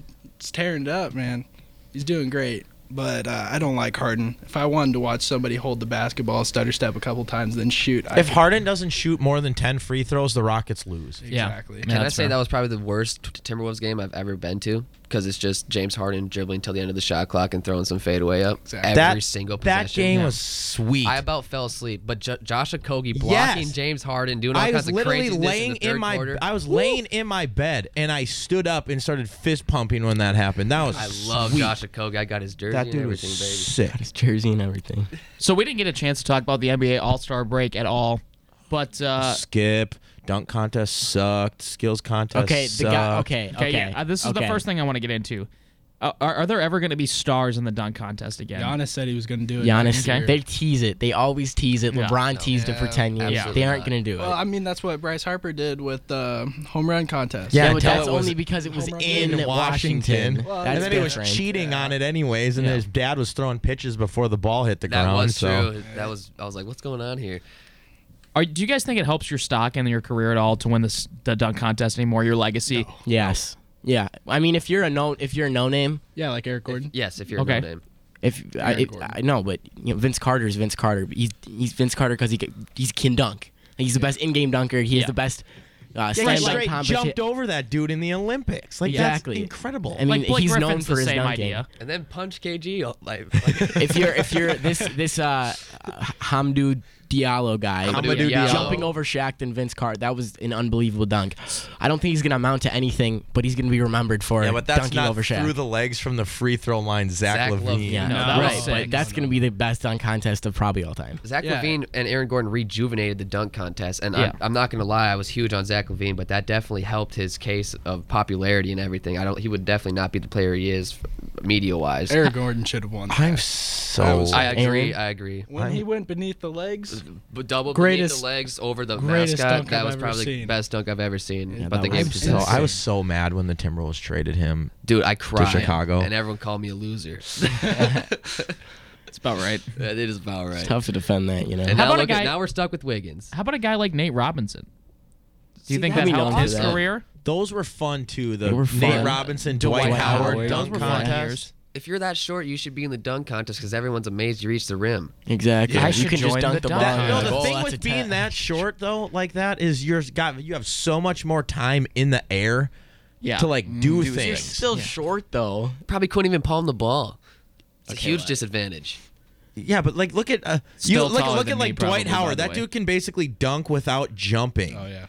H: tearing it up, man. He's doing great. But uh, I don't like Harden. If I wanted to watch somebody hold the basketball, stutter step a couple times, then shoot, I
G: If Harden doesn't shoot more than 10 free throws, the Rockets lose.
D: Yeah.
H: Exactly.
D: Yeah,
F: Can I
D: that's
F: say
D: fair.
F: that was probably the worst t- Timberwolves game I've ever been to? Because it's just James Harden dribbling till the end of the shot clock and throwing some fadeaway up
H: Exactly.
F: every
G: that,
F: single
G: That
F: possession.
G: game was sweet.
F: I about fell asleep, but jo- Josh Okogie
G: Yes.
F: blocking James Harden, doing all
G: I
F: kinds
G: was
F: of
G: literally
F: craziness in,
G: laying
F: the third
G: in my
F: quarter.
G: I was laying in my bed and I stood up and started fist pumping when that happened. That was
F: I love
G: sweet.
F: Josh Okogie. I got his jersey
G: That
F: and
G: dude was
F: everything, baby.
G: sick.
E: His jersey and everything.
D: So we didn't get a chance to talk about the NBA All Star break at all, but uh,
G: Skip dunk contest sucked. Skills contest.
E: Okay, the guy.
G: sucked.
E: Okay, okay.
D: okay, yeah, uh, this is the
E: okay.
D: first thing I want to get into. Uh, are, are there ever going to be stars in the dunk contest again?
H: Giannis said he was going to do it.
E: Giannis,
H: next year.
E: they tease it. They always tease it.
D: Yeah.
E: LeBron teased it for
H: Yeah,
E: ten years.
D: absolutely
E: They aren't gonna do it.
H: Well, I mean, that's what Bryce Harper did with the home run contest.
E: yeah,
G: Yeah,
E: but
G: until
E: that's
G: it was
E: only because it was
H: home run
E: in Washington.
H: Well,
E: that's
G: and then he was
E: different.
G: cheating on it anyways, and his dad was throwing pitches before the ball hit the
F: That
G: ground.
F: was
G: so
F: true. That was I was like, what's going on here?
D: Are, do you guys think it helps your stock and your career at all to win this, the dunk contest anymore? Your legacy?
E: Yes. Yeah. I mean, if you're a no, if you're a no name,
H: Yeah, like Eric Gordon.
F: Yes, if you're
D: Okay.
F: a no name.
E: if I,
H: Aaron
E: if
H: Gordon.
E: I know, but you know, Vince Carter is Vince Carter. He's he's Vince Carter because he can- he's can dunk. He's the best in-game dunker. He
D: Yeah.
E: has the best uh,
G: Yeah, he
E: slam dunk
G: straight
E: competi-
G: jumped over that dude in the Olympics. Like
E: Exactly.
G: that's incredible.
E: I mean,
D: like Blake
E: he's
D: Griffin's
E: known for
D: the
E: his
D: same
E: dunk
D: idea.
F: And then punch KG all- like, like
E: If you're if you're this this uh, Hamdou Diallo guy
F: Hamidou Diallo.
E: jumping over Shaq and Vince Carter, that was an unbelievable dunk. I don't think he's gonna amount to anything, but he's gonna be remembered for
G: yeah, but that's
E: dunking
G: not
E: over Shaq.
G: through the legs from the free throw line. Zach,
F: Zach
G: Levine.
F: Levine.
E: yeah,
D: No, that was
E: right.
D: sick.
E: But that's gonna be the best dunk contest of probably all time.
F: Zach
H: Yeah.
F: Levine and Aaron Gordon rejuvenated the dunk contest, and
D: Yeah.
F: I'm, I'm not gonna lie, I was huge on Zach Levine, but that definitely helped his case of popularity and everything. I don't, he would definitely not be the player he is, media wise.
H: Eric Gordon should have won.
G: I'm so.
F: I agree,
E: Aaron?
F: I agree.
H: When he went beneath the legs,
F: But double
H: Greatest-
F: beneath the legs over the
H: greatest
F: mascot,
H: dunk
F: that
H: I've
F: was
H: ever
F: probably the
H: seen.
F: best dunk I've ever seen.
E: Yeah,
F: but the
E: that
F: game,
E: was
G: so I was so mad when the Timberwolves traded him.
F: dude, I cried.
G: Chicago.
F: and everyone called me a loser.
D: That's about right.
F: it is about right.
E: Tough to defend that, you know.
F: And
D: How
F: now,
D: about a
F: look at,
D: guy-
F: now we're stuck with Wiggins.
D: How about a guy like Nate Robinson? Do you
E: See,
D: think
E: that
D: that
E: we
D: helped
E: don't do
D: his
E: that.
D: career?
G: Those were fun too. The
E: They were
G: Nate
E: fun.
G: Robinson, Dwight,
E: Dwight
G: Howard,
E: Howard.
G: dunk
E: Those were fun
G: contest.
D: years.
F: If you're that short, you should be in the dunk contest because everyone's amazed you reach the rim.
E: Exactly.
D: I
E: you
D: should
E: can just
D: join
E: dunk
D: the
E: the, ball.
D: dunk
E: and
D: contest.
E: you're
G: No, the
E: like, "Oh,
G: thing
E: that's
G: with
E: a
G: being
E: 10."
G: that short though, like that, is you're got you have so much more time in the air
D: Yeah.
G: to like do
E: You're
G: things.
E: still short though.
F: Probably couldn't even palm the ball. It's a huge disadvantage.
G: yeah, but like look at uh, you
F: Still
G: look,
F: taller
G: look
F: than
G: at
F: me,
G: like
F: probably,
G: Dwight
F: by
G: Howard.
F: the
G: That
F: way.
G: dude can basically dunk without jumping.
H: oh yeah,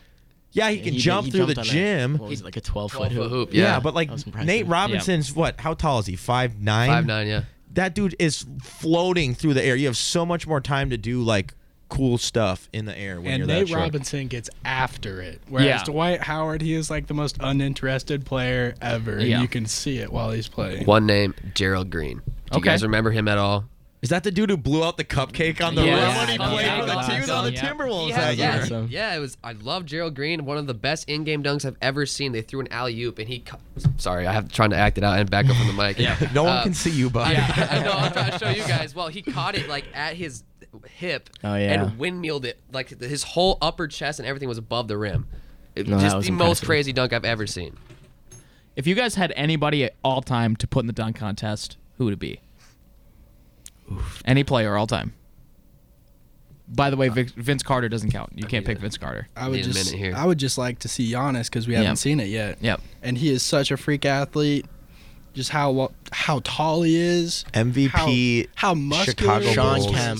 G: Yeah, he can
E: He-
G: jump
E: he
G: through the
E: jumped on a-
G: gym.
E: what was it, like a twelve foot
F: 12
E: hoop?
F: foot hoop,
G: Yeah,
F: Yeah.
G: but
E: That was
G: like
E: impressive.
G: Nate Robinson's what? How tall is he? Five nine.
F: Five nine, yeah.
G: That dude is floating through the air. You have so much more time to do like cool stuff in the air when
H: and
G: you're
H: Nate
G: that short.
H: Robinson gets after it. Whereas
D: Yeah.
H: Dwight Howard, he is like the most uninterested player ever, and
D: Yeah.
H: you can see it while he's playing.
F: One name, Gerald Green.
D: Okay.
F: Do you guys remember him at all?
G: Is that the dude who blew out the cupcake on the
F: Yeah.
G: run when he
F: Yeah.
G: played
F: Yeah.
G: for the
F: Yeah.
G: team? He was on the
F: Yeah.
G: Timberwolves
F: Yeah,
G: that
F: yeah,
G: year.
F: yeah, it was. I love Gerald Green. One of the best in-game dunks I've ever seen. They threw an alley oop, and he. cu- Sorry, I have trying to act it out and back up on the mic.
G: Yeah. No one
F: Uh,
G: can see you, but
F: Yeah, I know. I'm trying to show you guys. Well, he caught it like at his hip
E: Oh, yeah.
F: and windmilled it. Like th- his whole upper chest and everything was above the rim. It,
E: No, that
F: just the
E: was
F: most
E: impressive.
F: crazy dunk I've ever seen.
D: If you guys had anybody at all time to put in the dunk contest, who would it be? Any player all time. By the way, Vic- Vince Carter doesn't count. You can't pick Vince Carter.
H: I would
F: Need a
H: just
F: minute here.
H: I would just like to see Giannis because we
D: Yeah.
H: haven't seen it yet.
D: Yep.
H: And he is such a freak athlete. Just how wa- how tall he is.
G: MVP
H: How, how muscular.
G: Chicago
E: Sean
G: Bulls.
E: Kemp.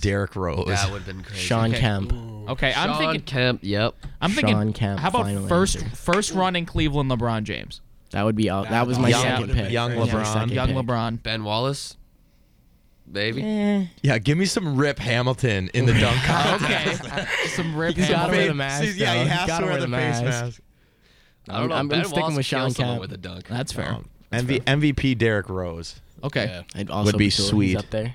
G: Derrick Rose.
F: That would have been crazy.
E: Sean Kemp.
D: Okay, I'm
F: Sean
D: thinking.
F: Kemp. Yep.
D: I'm thinking.
E: Sean Kemp,
D: how about
E: final
D: first
E: answer.
D: first run in Cleveland? LeBron James,
E: That would be all. That was my
G: Young-
E: second pick.
G: Young
E: That was my
G: LeBron.
E: second
D: young
E: pick.
D: LeBron.
F: Ben Wallace. Baby.
G: Yeah, give me some Rip Hamilton in the dunk contest.
D: Okay, some rip.
E: He's gotta
D: Hamilton.
E: wear the mask.
G: See, yeah,
E: though.
G: he
E: He's
G: has
E: gotta
G: to wear the face mask.
F: I don't know.
E: I'm- I'm
F: ben
E: sticking
F: Wallace
E: with Sean
F: kills someone
E: Kemp.
F: with a dunk.
D: That's fair.
G: Um, MV, MVP Derrick Rose.
D: okay.
E: I'd also
G: Would be
E: put Jordan's
G: sweet.
E: up there.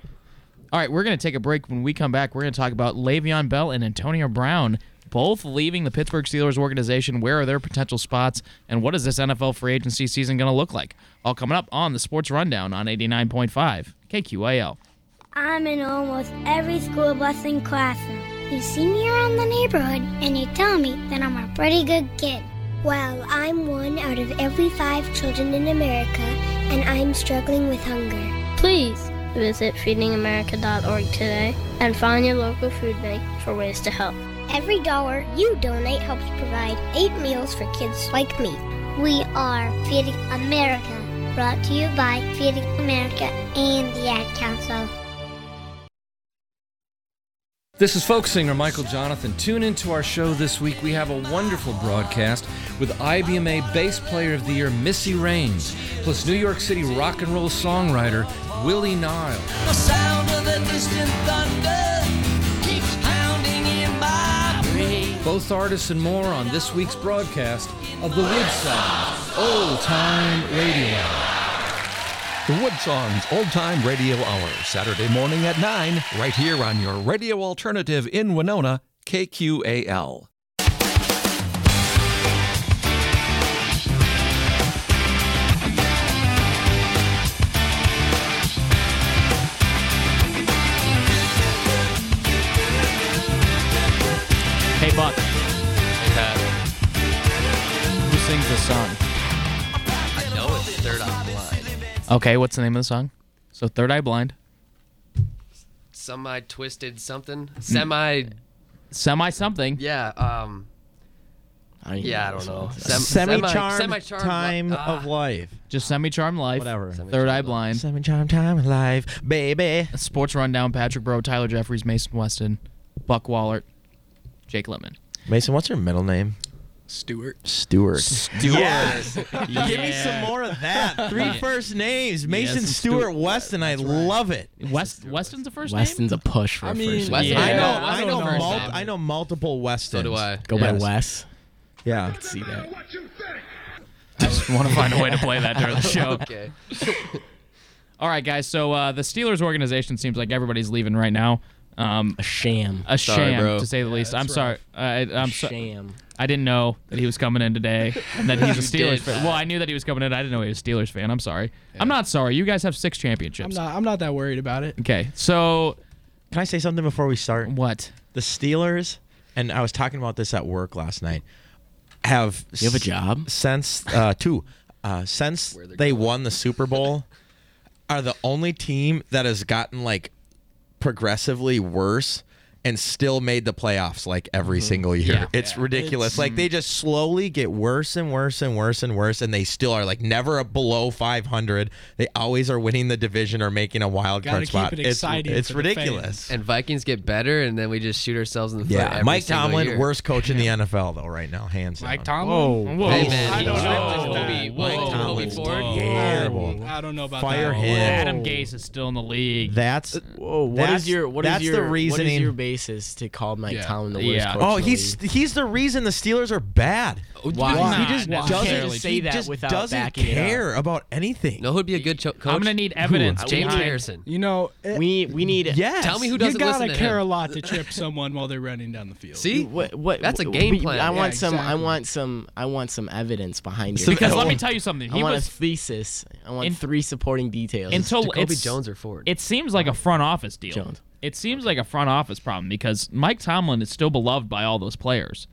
D: All right, we're going to take a break. When we come back, we're going to talk about Le'Veon Bell and Antonio Brown both leaving the Pittsburgh Steelers organization. Where are their potential spots? And what is this NFL free agency season going to look like? All coming up on the Sports Rundown on 89.5 KQAL.
M: I'm in almost every school bus and classroom. You see me around the neighborhood and you tell me that I'm a pretty good kid. Well, I'm one out of every five children in America and I'm struggling with hunger.
N: Please visit feedingamerica.org today and find your local food bank for ways to help.
M: Every dollar you donate helps provide eight meals for kids like me. We are Feeding America, brought to you by Feeding America and the Ad Council.
O: This is folk singer Michael Jonathan. Tune into our show this week. We have a wonderful broadcast with IBMA Bass Player of the Year Missy Raines, plus New York City rock and roll songwriter Willie Nile.
B: The sound of the distant thunder keeps pounding in my brain.
O: Both artists and more on this week's broadcast of The Wood Sounds, Old Time Radio Hour.
P: The Wood Songs Old Time Radio Hour, Saturday morning at 9, right here on your radio alternative in Winona, KQAL.
D: Hey, Buck. Who sings this song?
F: I know it's third eye blind.
D: Okay, what's the name of the song? So, Third Eye Blind,
F: Semi twisted something. Semi.
D: Semi Something.
F: Yeah. Um.
E: I
F: Yeah, I don't know.
G: Semi charm
F: semi-charmed li-
G: time
F: ah.
G: of life.
D: Just Semi Charmed Life.
G: Whatever.
D: Third Eye Blind.
G: Semi charm time of life, baby.
D: Sports Rundown, Patrick Bro, Tyler Jeffries, Mason Weston, Buck Wallert, Jake Lemon.
G: Mason, what's your middle name?
H: Stewart.
G: Stewart. Stewart. Give me
D: Yeah.
G: some more of that. Three
D: Yeah.
G: first names: Mason,
D: some
G: Stewart, Weston. I love it.
D: West Weston's the first name?
E: Weston's a push for
H: I
E: a
H: mean,
E: first.
F: Weston-
E: name.
D: Yeah.
G: I know.
F: Yeah,
G: I
F: Weston's
G: know.
F: the first
G: mul-
F: name.
G: I know multiple
F: So
G: Westons.
F: do I.
E: Go by
G: Yes.
E: Wes.
G: Yeah.
E: See that?
D: I just want to find a way to play that during the show.
F: Okay.
D: All right, guys. So uh, the Steelers organization seems like everybody's leaving right now. Um,
E: A sham.
D: a
F: Sorry,
D: sham,
F: bro.
D: to say the least. I'm sorry. I, I'm sorry.
E: sham.
D: I didn't know that he was coming in today and that he's a
F: You
D: Steelers
F: did.
D: fan. Well, I knew that he was coming in. I didn't know he was a Steelers fan. I'm sorry. I'm not sorry. You guys have six
H: I'm
D: championships.
H: not I'm not that worried about it.
D: Okay. So
G: Can I say something before we start?
D: what?
G: The Steelers, and I was talking about this at work last night. Have
E: You have a
G: s-
E: job?
G: since uh, two uh, since
F: they're
G: they won the Super Bowl are the only team that has gotten like progressively worse and still made the playoffs like every single year.
D: Yeah.
G: It's ridiculous.
H: It's-
G: like they just slowly get worse and worse and worse and worse and they still are like never a below 500. They always are winning the division or making a wild
H: Gotta
G: card
H: keep
G: spot.
H: it
G: It's-
H: exciting
G: it's
H: for the
G: ridiculous.
F: And Vikings get better, and then we just shoot ourselves in the foot.
G: Yeah,
F: every
G: Mike
F: single
G: Tomlin,
F: year.
G: worst coach in the NFL though right now, hands down.
H: Mike Tomlin.
D: Whoa.
F: Hey, man,
D: I
F: he
D: don't
F: tripped
D: know.
F: Kobe-
D: Whoa.
F: Kobe
D: Whoa.
F: Ford.
D: Whoa.
G: Yeah. terrible.
H: I don't know about
G: Fire
D: that.
G: him.
D: Adam Gase is still in the league.
G: That's
E: Whoa, what is
G: that's,
E: your what is
G: that's
E: your
G: the
E: what is
G: reasoning?
E: your basis to call Mike Tomlin the worst coach?
G: Oh,
E: in the
G: he's
E: league?
G: he's the reason the Steelers are bad.
E: Why? Why?
G: Oh, He just
E: Not
G: doesn't
E: necessarily. Say
G: he
E: that
G: just
E: without
G: doesn't
E: backing it up.
G: care about anything.
F: No, who'd be a good cho- coach?
D: I'm gonna need evidence.
F: James
D: behind-
F: Harrison.
H: You know, it,
E: we we need
G: Yes.
F: Tell me who
H: you
F: doesn't
H: gotta
F: listen to
H: care
F: him.
H: a lot to trip someone while they're running down the field.
F: See,
E: what, what
F: That's a
E: what-
F: game
E: we-
F: plan.
E: I want
H: Yeah,
E: some I
H: exactly.
E: want some I want some evidence behind your
D: because let
E: claim.
D: me tell you something.
E: I
D: He
E: want
D: was
E: a thesis. I want
D: in-
E: three supporting details.
D: until
F: Jacoby
D: it's-
F: Jones or Ford?
D: It seems like a front office deal.
E: Jones.
D: It seems like a front office problem because Mike Tomlin is still beloved by all those players.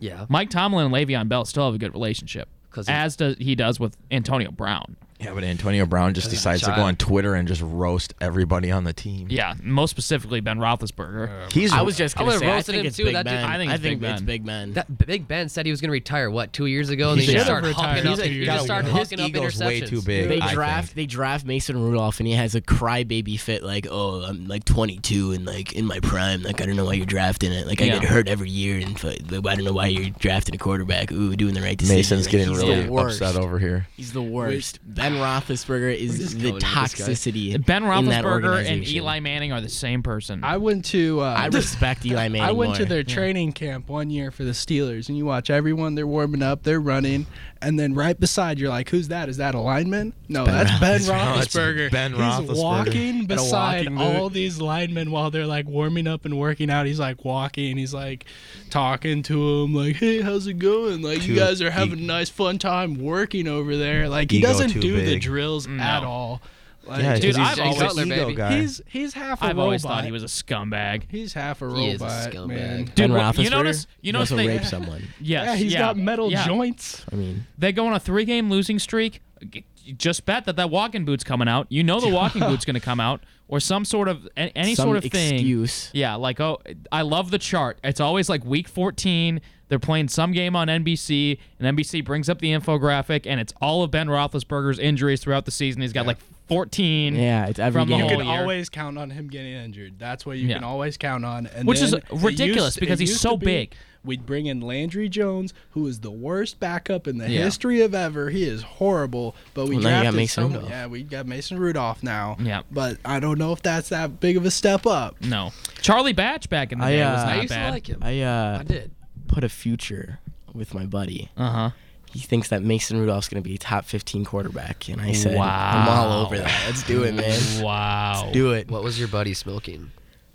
F: Yeah.
D: Mike Tomlin and Le'Veon Bell still have a good relationship,
F: 'Cause he-
D: as does he does with Antonio Brown.
G: Yeah, but Antonio Brown just decides to
F: child.
G: go on Twitter and just roast everybody on the team.
D: Yeah, most specifically Ben Roethlisberger.
G: He's
E: I was just
F: I
E: gonna
F: would've
E: say I
F: roasted
E: think
F: him
E: it's
F: too.
E: Big
F: That dude-
E: Ben.
D: I think it's Big
E: it's
D: Ben.
E: Big Ben.
F: That Big Ben said he was going to retire what two years ago, and then he
G: should
F: just
G: have
F: started
H: retired
F: hawking up.
H: two
F: He
H: years
F: just
H: ago.
F: started
G: His
F: hawking up
G: ego's way
F: interceptions.
G: too big.
E: They
G: I
E: draft
G: think.
E: they draft Mason Rudolph and he has a crybaby fit like oh I'm like 22 and like in my prime like I don't know why you're drafting it like I
D: Yeah.
E: get hurt every year and fu- like, I don't know why you're drafting a quarterback ooh doing the right decision
G: Mason's
E: Like,
G: getting
E: he's the
G: really
E: worst.
G: upset over here.
E: he's the worst Ben Roethlisberger is the
F: going with this guy.
E: toxicity
D: Ben
E: in that
D: Roethlisberger and
E: organization.
D: Eli Manning are the same person.
H: I went to uh,
E: I respect Eli Manning
H: I went to
E: more.
H: their training camp one year for the Steelers, and you watch everyone. They're warming up, they're running, and then right beside you're like, "Who's that? Is that a lineman? No, that's Ben
G: No, it's
H: Roethlisberger.
G: Ben Roethlisberger.
H: He's walking
G: At a
H: beside
G: walking
H: all these linemen while they're like warming up and working out. He's like walking, he's like talking to them, like, "Hey, how's it going? Like
G: Too
H: you guys are having
G: e-
H: a nice fun time working over there." Like he
G: Ego
H: doesn't
G: too
H: do the
G: big.
H: drills at all. Like,
G: Yeah,
D: Dude,
G: 'cause
D: I've
G: he's,
D: always-
G: he's an ego
F: baby.
G: guy.
H: he's he's half a
D: I've
H: robot.
D: always thought he was a scumbag.
H: He's half a
F: He is a
H: robot,
F: scumbag.
H: man.
E: Ben
D: Dude, well,
E: Roethlisberger
D: you notice- you
E: he
D: notice
E: also
D: they-
E: raped someone
D: Yes,
H: yeah, he's
D: yeah,
H: got metal
D: yeah.
H: joints.
E: I mean
D: They go on a three-game losing streak. G- Just bet that that walking boot's coming out. You know the walking boot's going to come out, or some sort of a- any
E: Some
D: sort of thing.
E: excuse.
D: Yeah, like oh, I love the chart. It's always like week 14. They're playing some game on NBC, and NBC brings up the infographic, and it's all of Ben Roethlisberger's injuries throughout the season. He's got like 14.
E: yeah it's every
D: From the
E: game
H: You
D: whole
H: can
D: year.
H: always count on him getting injured. That's what you
D: Yeah.
H: can always count on. And
D: Which is
H: then it
D: ridiculous
H: used-
D: because
H: it
D: he's
H: used
D: so
H: to be
D: big.
H: We'd bring in Landry Jones, who is the worst backup in the
D: Yeah.
H: history of ever. He is horrible. But we
E: Well, now you got
H: drafted
E: Mason
H: someone-
E: Rudolph.
H: Yeah, we got Mason Rudolph now.
D: Yeah.
H: But I don't know if that's that big of a step up.
D: No, Charlie Batch back in the
E: I,
D: day was
E: uh,
D: not
F: I used
D: bad.
F: to like him.
E: I uh
F: I did.
E: put a future with my buddy
D: uh huh.
E: he thinks that Mason Rudolph's going to be a top 15 quarterback. And I said, I'm
D: Wow.
E: all over that. Let's do it, man.
D: Wow.
E: Do it.
F: What was your buddy smoking?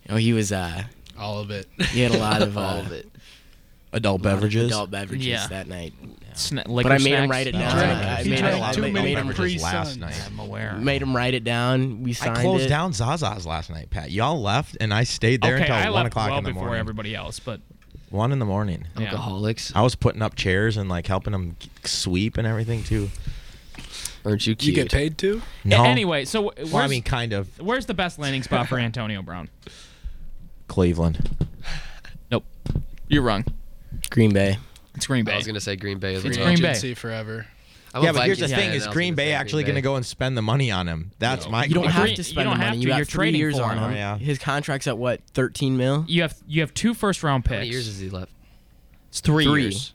E: Oh, he was, uh,
H: All of it.
E: he had a lot of, uh,
F: All of it.
G: Adult beverages.
E: adult beverages
D: Yeah.
E: that night.
D: Sna-
E: But
D: liquor
E: I made him
D: snacks?
E: write it
G: No,
E: down.
H: Drank-
E: I
H: he
E: made,
H: drank
E: I
H: too
E: made-
H: many
E: made him,
H: pre-suns.
G: last night.
D: I'm aware.
E: made him write it down. We
G: I
E: signed
G: closed
E: it.
G: down Zaza's last night, Pat. Y'all left, and I stayed there
D: okay,
G: until
D: I
G: one
D: left
G: o'clock
D: well
G: in the
D: before
G: morning.
D: everybody else, but
G: One in the morning.
D: Yeah.
F: Alcoholics.
G: I was putting up chairs and like helping them sweep and everything too.
F: Aren't you
H: You
F: cute?
H: get paid to?
G: No.
D: anyway, so wh- where's,
G: well, I mean, kind of
D: where's the best landing spot for Antonio Brown?
G: Cleveland.
D: Nope, you're wrong.
E: Green Bay.
D: It's Green Bay.
F: I was going to say Green Bay. Is
D: It's
F: real.
D: Green Bay.
H: Agency forever.
F: I'm a
G: yeah, but here's the
F: Vikings
G: thing:
F: fan,
G: is
F: and I was
G: Green
F: gonna say
G: Bay actually going to go and spend the money on him? That's my.
E: You don't
D: Green-
E: have
D: you
E: to spend
D: don't
E: the
D: have
E: money.
D: to.
E: You
D: You're
E: have three
D: trading
E: years
D: for
E: on
D: him. Oh,
E: him.
G: Yeah.
E: His contract's at what? 13 mil.
D: you have you have two first round picks.
F: How many years has he left?
D: It's three,
E: Three.
D: years.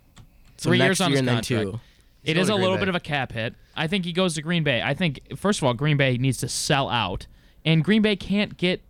E: So
D: three years
E: next
D: on
E: year
D: his
E: and then
D: contract.
E: two.
D: It
F: going
D: is
F: to
D: a
F: Green
D: little
F: Bay.
D: bit of a cap hit. I think he goes to Green Bay. I think first of all, Green Bay needs to sell out, and Green Bay can't get.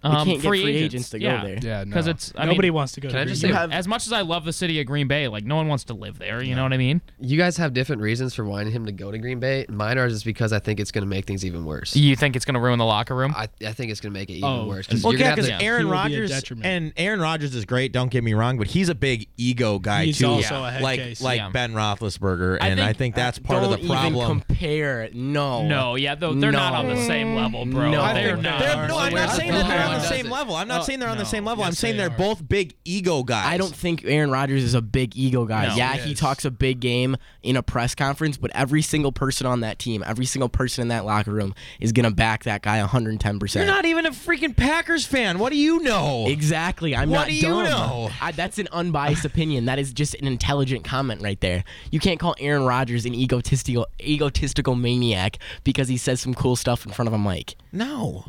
D: Um,
E: can't get
D: free,
E: free agents to go
D: yeah.
E: there.
H: Yeah, no.
D: Because it's I
H: Nobody
D: mean,
H: wants to go
F: Can
H: to
F: I
H: Green
F: just
H: Bay.
F: say,
E: have-
D: As much as I love the city of Green Bay, like no one wants to live there. You know what I mean?
F: you guys have different reasons for wanting him to go to Green Bay. Mine are just because I think it's going to make things even worse.
D: You think it's gonna ruin the locker room?
F: I, I think it's going to make it even
H: Oh,
F: worse.
G: Well,
F: you're gonna
G: yeah,
F: have
G: because
F: to-
H: He
G: Aaron
H: will be a
G: Rodgers
H: detriment.
G: and Aaron Rodgers is great. Don't get me wrong, but he's a big ego guy
H: He's
G: too,
H: also a head
G: like
H: case.
G: like
D: Yeah.
G: Ben Roethlisberger,
D: I
G: and
D: think-
G: I think that's part of
E: Don't
G: the
E: Even
G: problem.
E: compare. No.
D: No, yeah, though they're not on the
E: No.
D: same level, bro.
E: No. I
D: they're
E: think
D: not.
E: they
G: They're- no, I'm not
F: I think
G: saying that they're on the
F: Aaron
G: same
F: does it.
G: level. I'm not saying they're on the
D: no.
G: same level. I'm
H: Yes,
G: saying
H: they
G: they're
H: are.
G: both big ego guys.
E: I don't think Aaron Rodgers is a big ego guy.
D: No.
E: yeah,
H: Yes.
E: he talks a big game in a press conference, but every single person on that team, every single person in that locker room is going to back that guy 110%.
G: You're not even a freaking Packers fan. What do you know?
E: Exactly. I'm
G: What
E: not
G: do you
E: dumb.
G: know?
E: I, that's an unbiased opinion. That is just an intelligent comment right there. You can't call Aaron Rodgers an egotistical egotistical maniac because he says some cool stuff in front of a mic.
G: No.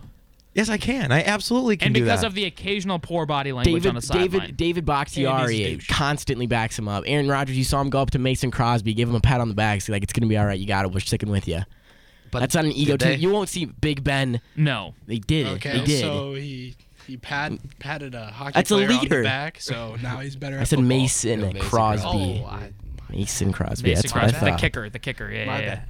G: Yes, I can. I absolutely can
D: and
G: do
D: because
G: that.
D: of the occasional poor body language
E: David,
D: on the sideline.
E: David, David
D: And
E: Bakhtiari
D: he's
E: constantly backs him up. Aaron Rodgers, you saw him go up to Mason Crosby, give him a pat on the back, say like it's gonna be all right. You got it. We're sticking with you. But that's not an ego.
F: did they?
E: Too. You won't see Big Ben.
D: No,
E: they did it.
H: Okay,
E: they did.
H: so he he pat, patted a hockey
E: That's a
H: player on
E: leader.
H: the back, so now he's better.
E: I
H: at
E: said
H: football.
E: Mason
H: Yeah, Mason
E: Crosby.
H: Crosby. Oh, I-
E: Mason Crosby.
D: Mason
E: that's
D: Crosby,
E: what I
D: the
E: thought.
D: kicker, the kicker. Yeah,
F: My
D: yeah, yeah.
F: bad.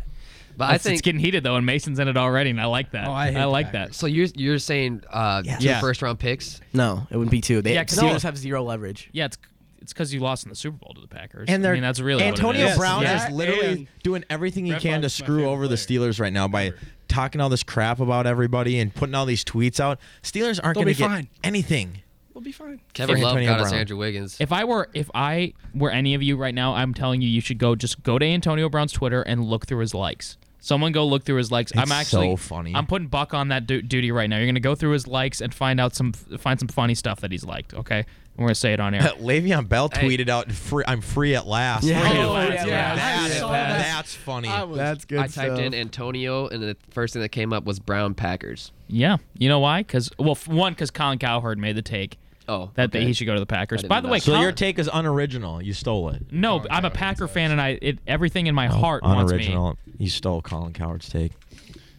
F: But I
D: It's- it's
F: think-
D: getting heated though, and Mason's in it already, and I like that. I like that.
F: So you're you're saying uh, two
E: Yeah.
F: first round picks?
E: No, it wouldn't be two. They
D: Yeah, 'cause
E: Steelers
D: no.
E: have zero leverage.
D: Yeah, it's it's because you lost in the Super Bowl to the Packers.
G: And they're
D: I mean, that's really what it
G: Antonio
D: is.
G: Brown
D: Yeah.
G: is literally doing everything he can to screw over the Steelers right now by talking all this crap about everybody and putting all these tweets out. Steelers aren't
H: They'll
G: going
H: be
G: to get
H: fine.
G: anything.
H: We'll be fine.
F: Kevin Love
G: Antonio
F: got us
G: Brown.
F: Andrew Wiggins.
D: If I were if I were any of you right now, I'm telling you you should go just go to Antonio Brown's Twitter and look through his likes. Someone go look through his likes. I'm
G: It's
D: actually
G: so funny.
D: I'm putting buck on that du- duty right now. You're gonna go through his likes and find out some find some funny stuff that he's liked. Okay, and we're gonna say it on air.
G: Le'Veon Bell tweeted out, free, "I'm free at last."
D: Yeah.
G: Free at
D: Oh,
G: last.
D: yeah,
G: That-
D: yeah, I
G: that-
D: saw that.
G: that's funny.
D: I was-
G: that's
F: I typed
D: uh,
F: in Antonio, and the first thing that came up was Brown Packers.
D: yeah, you know why? Because well, f- one because Colin Cowherd made the take.
F: Oh,
D: that that
F: okay.
D: he should go to the
F: I
D: Packers.
F: didn't
D: By the
F: know
D: way,
F: that.
G: So
D: Colin-
G: your take is unoriginal. You stole it.
D: no, I'm a Packer fan, and I it, everything in my heart wants me.
G: Oh, Unoriginal. You stole Colin Coward's take.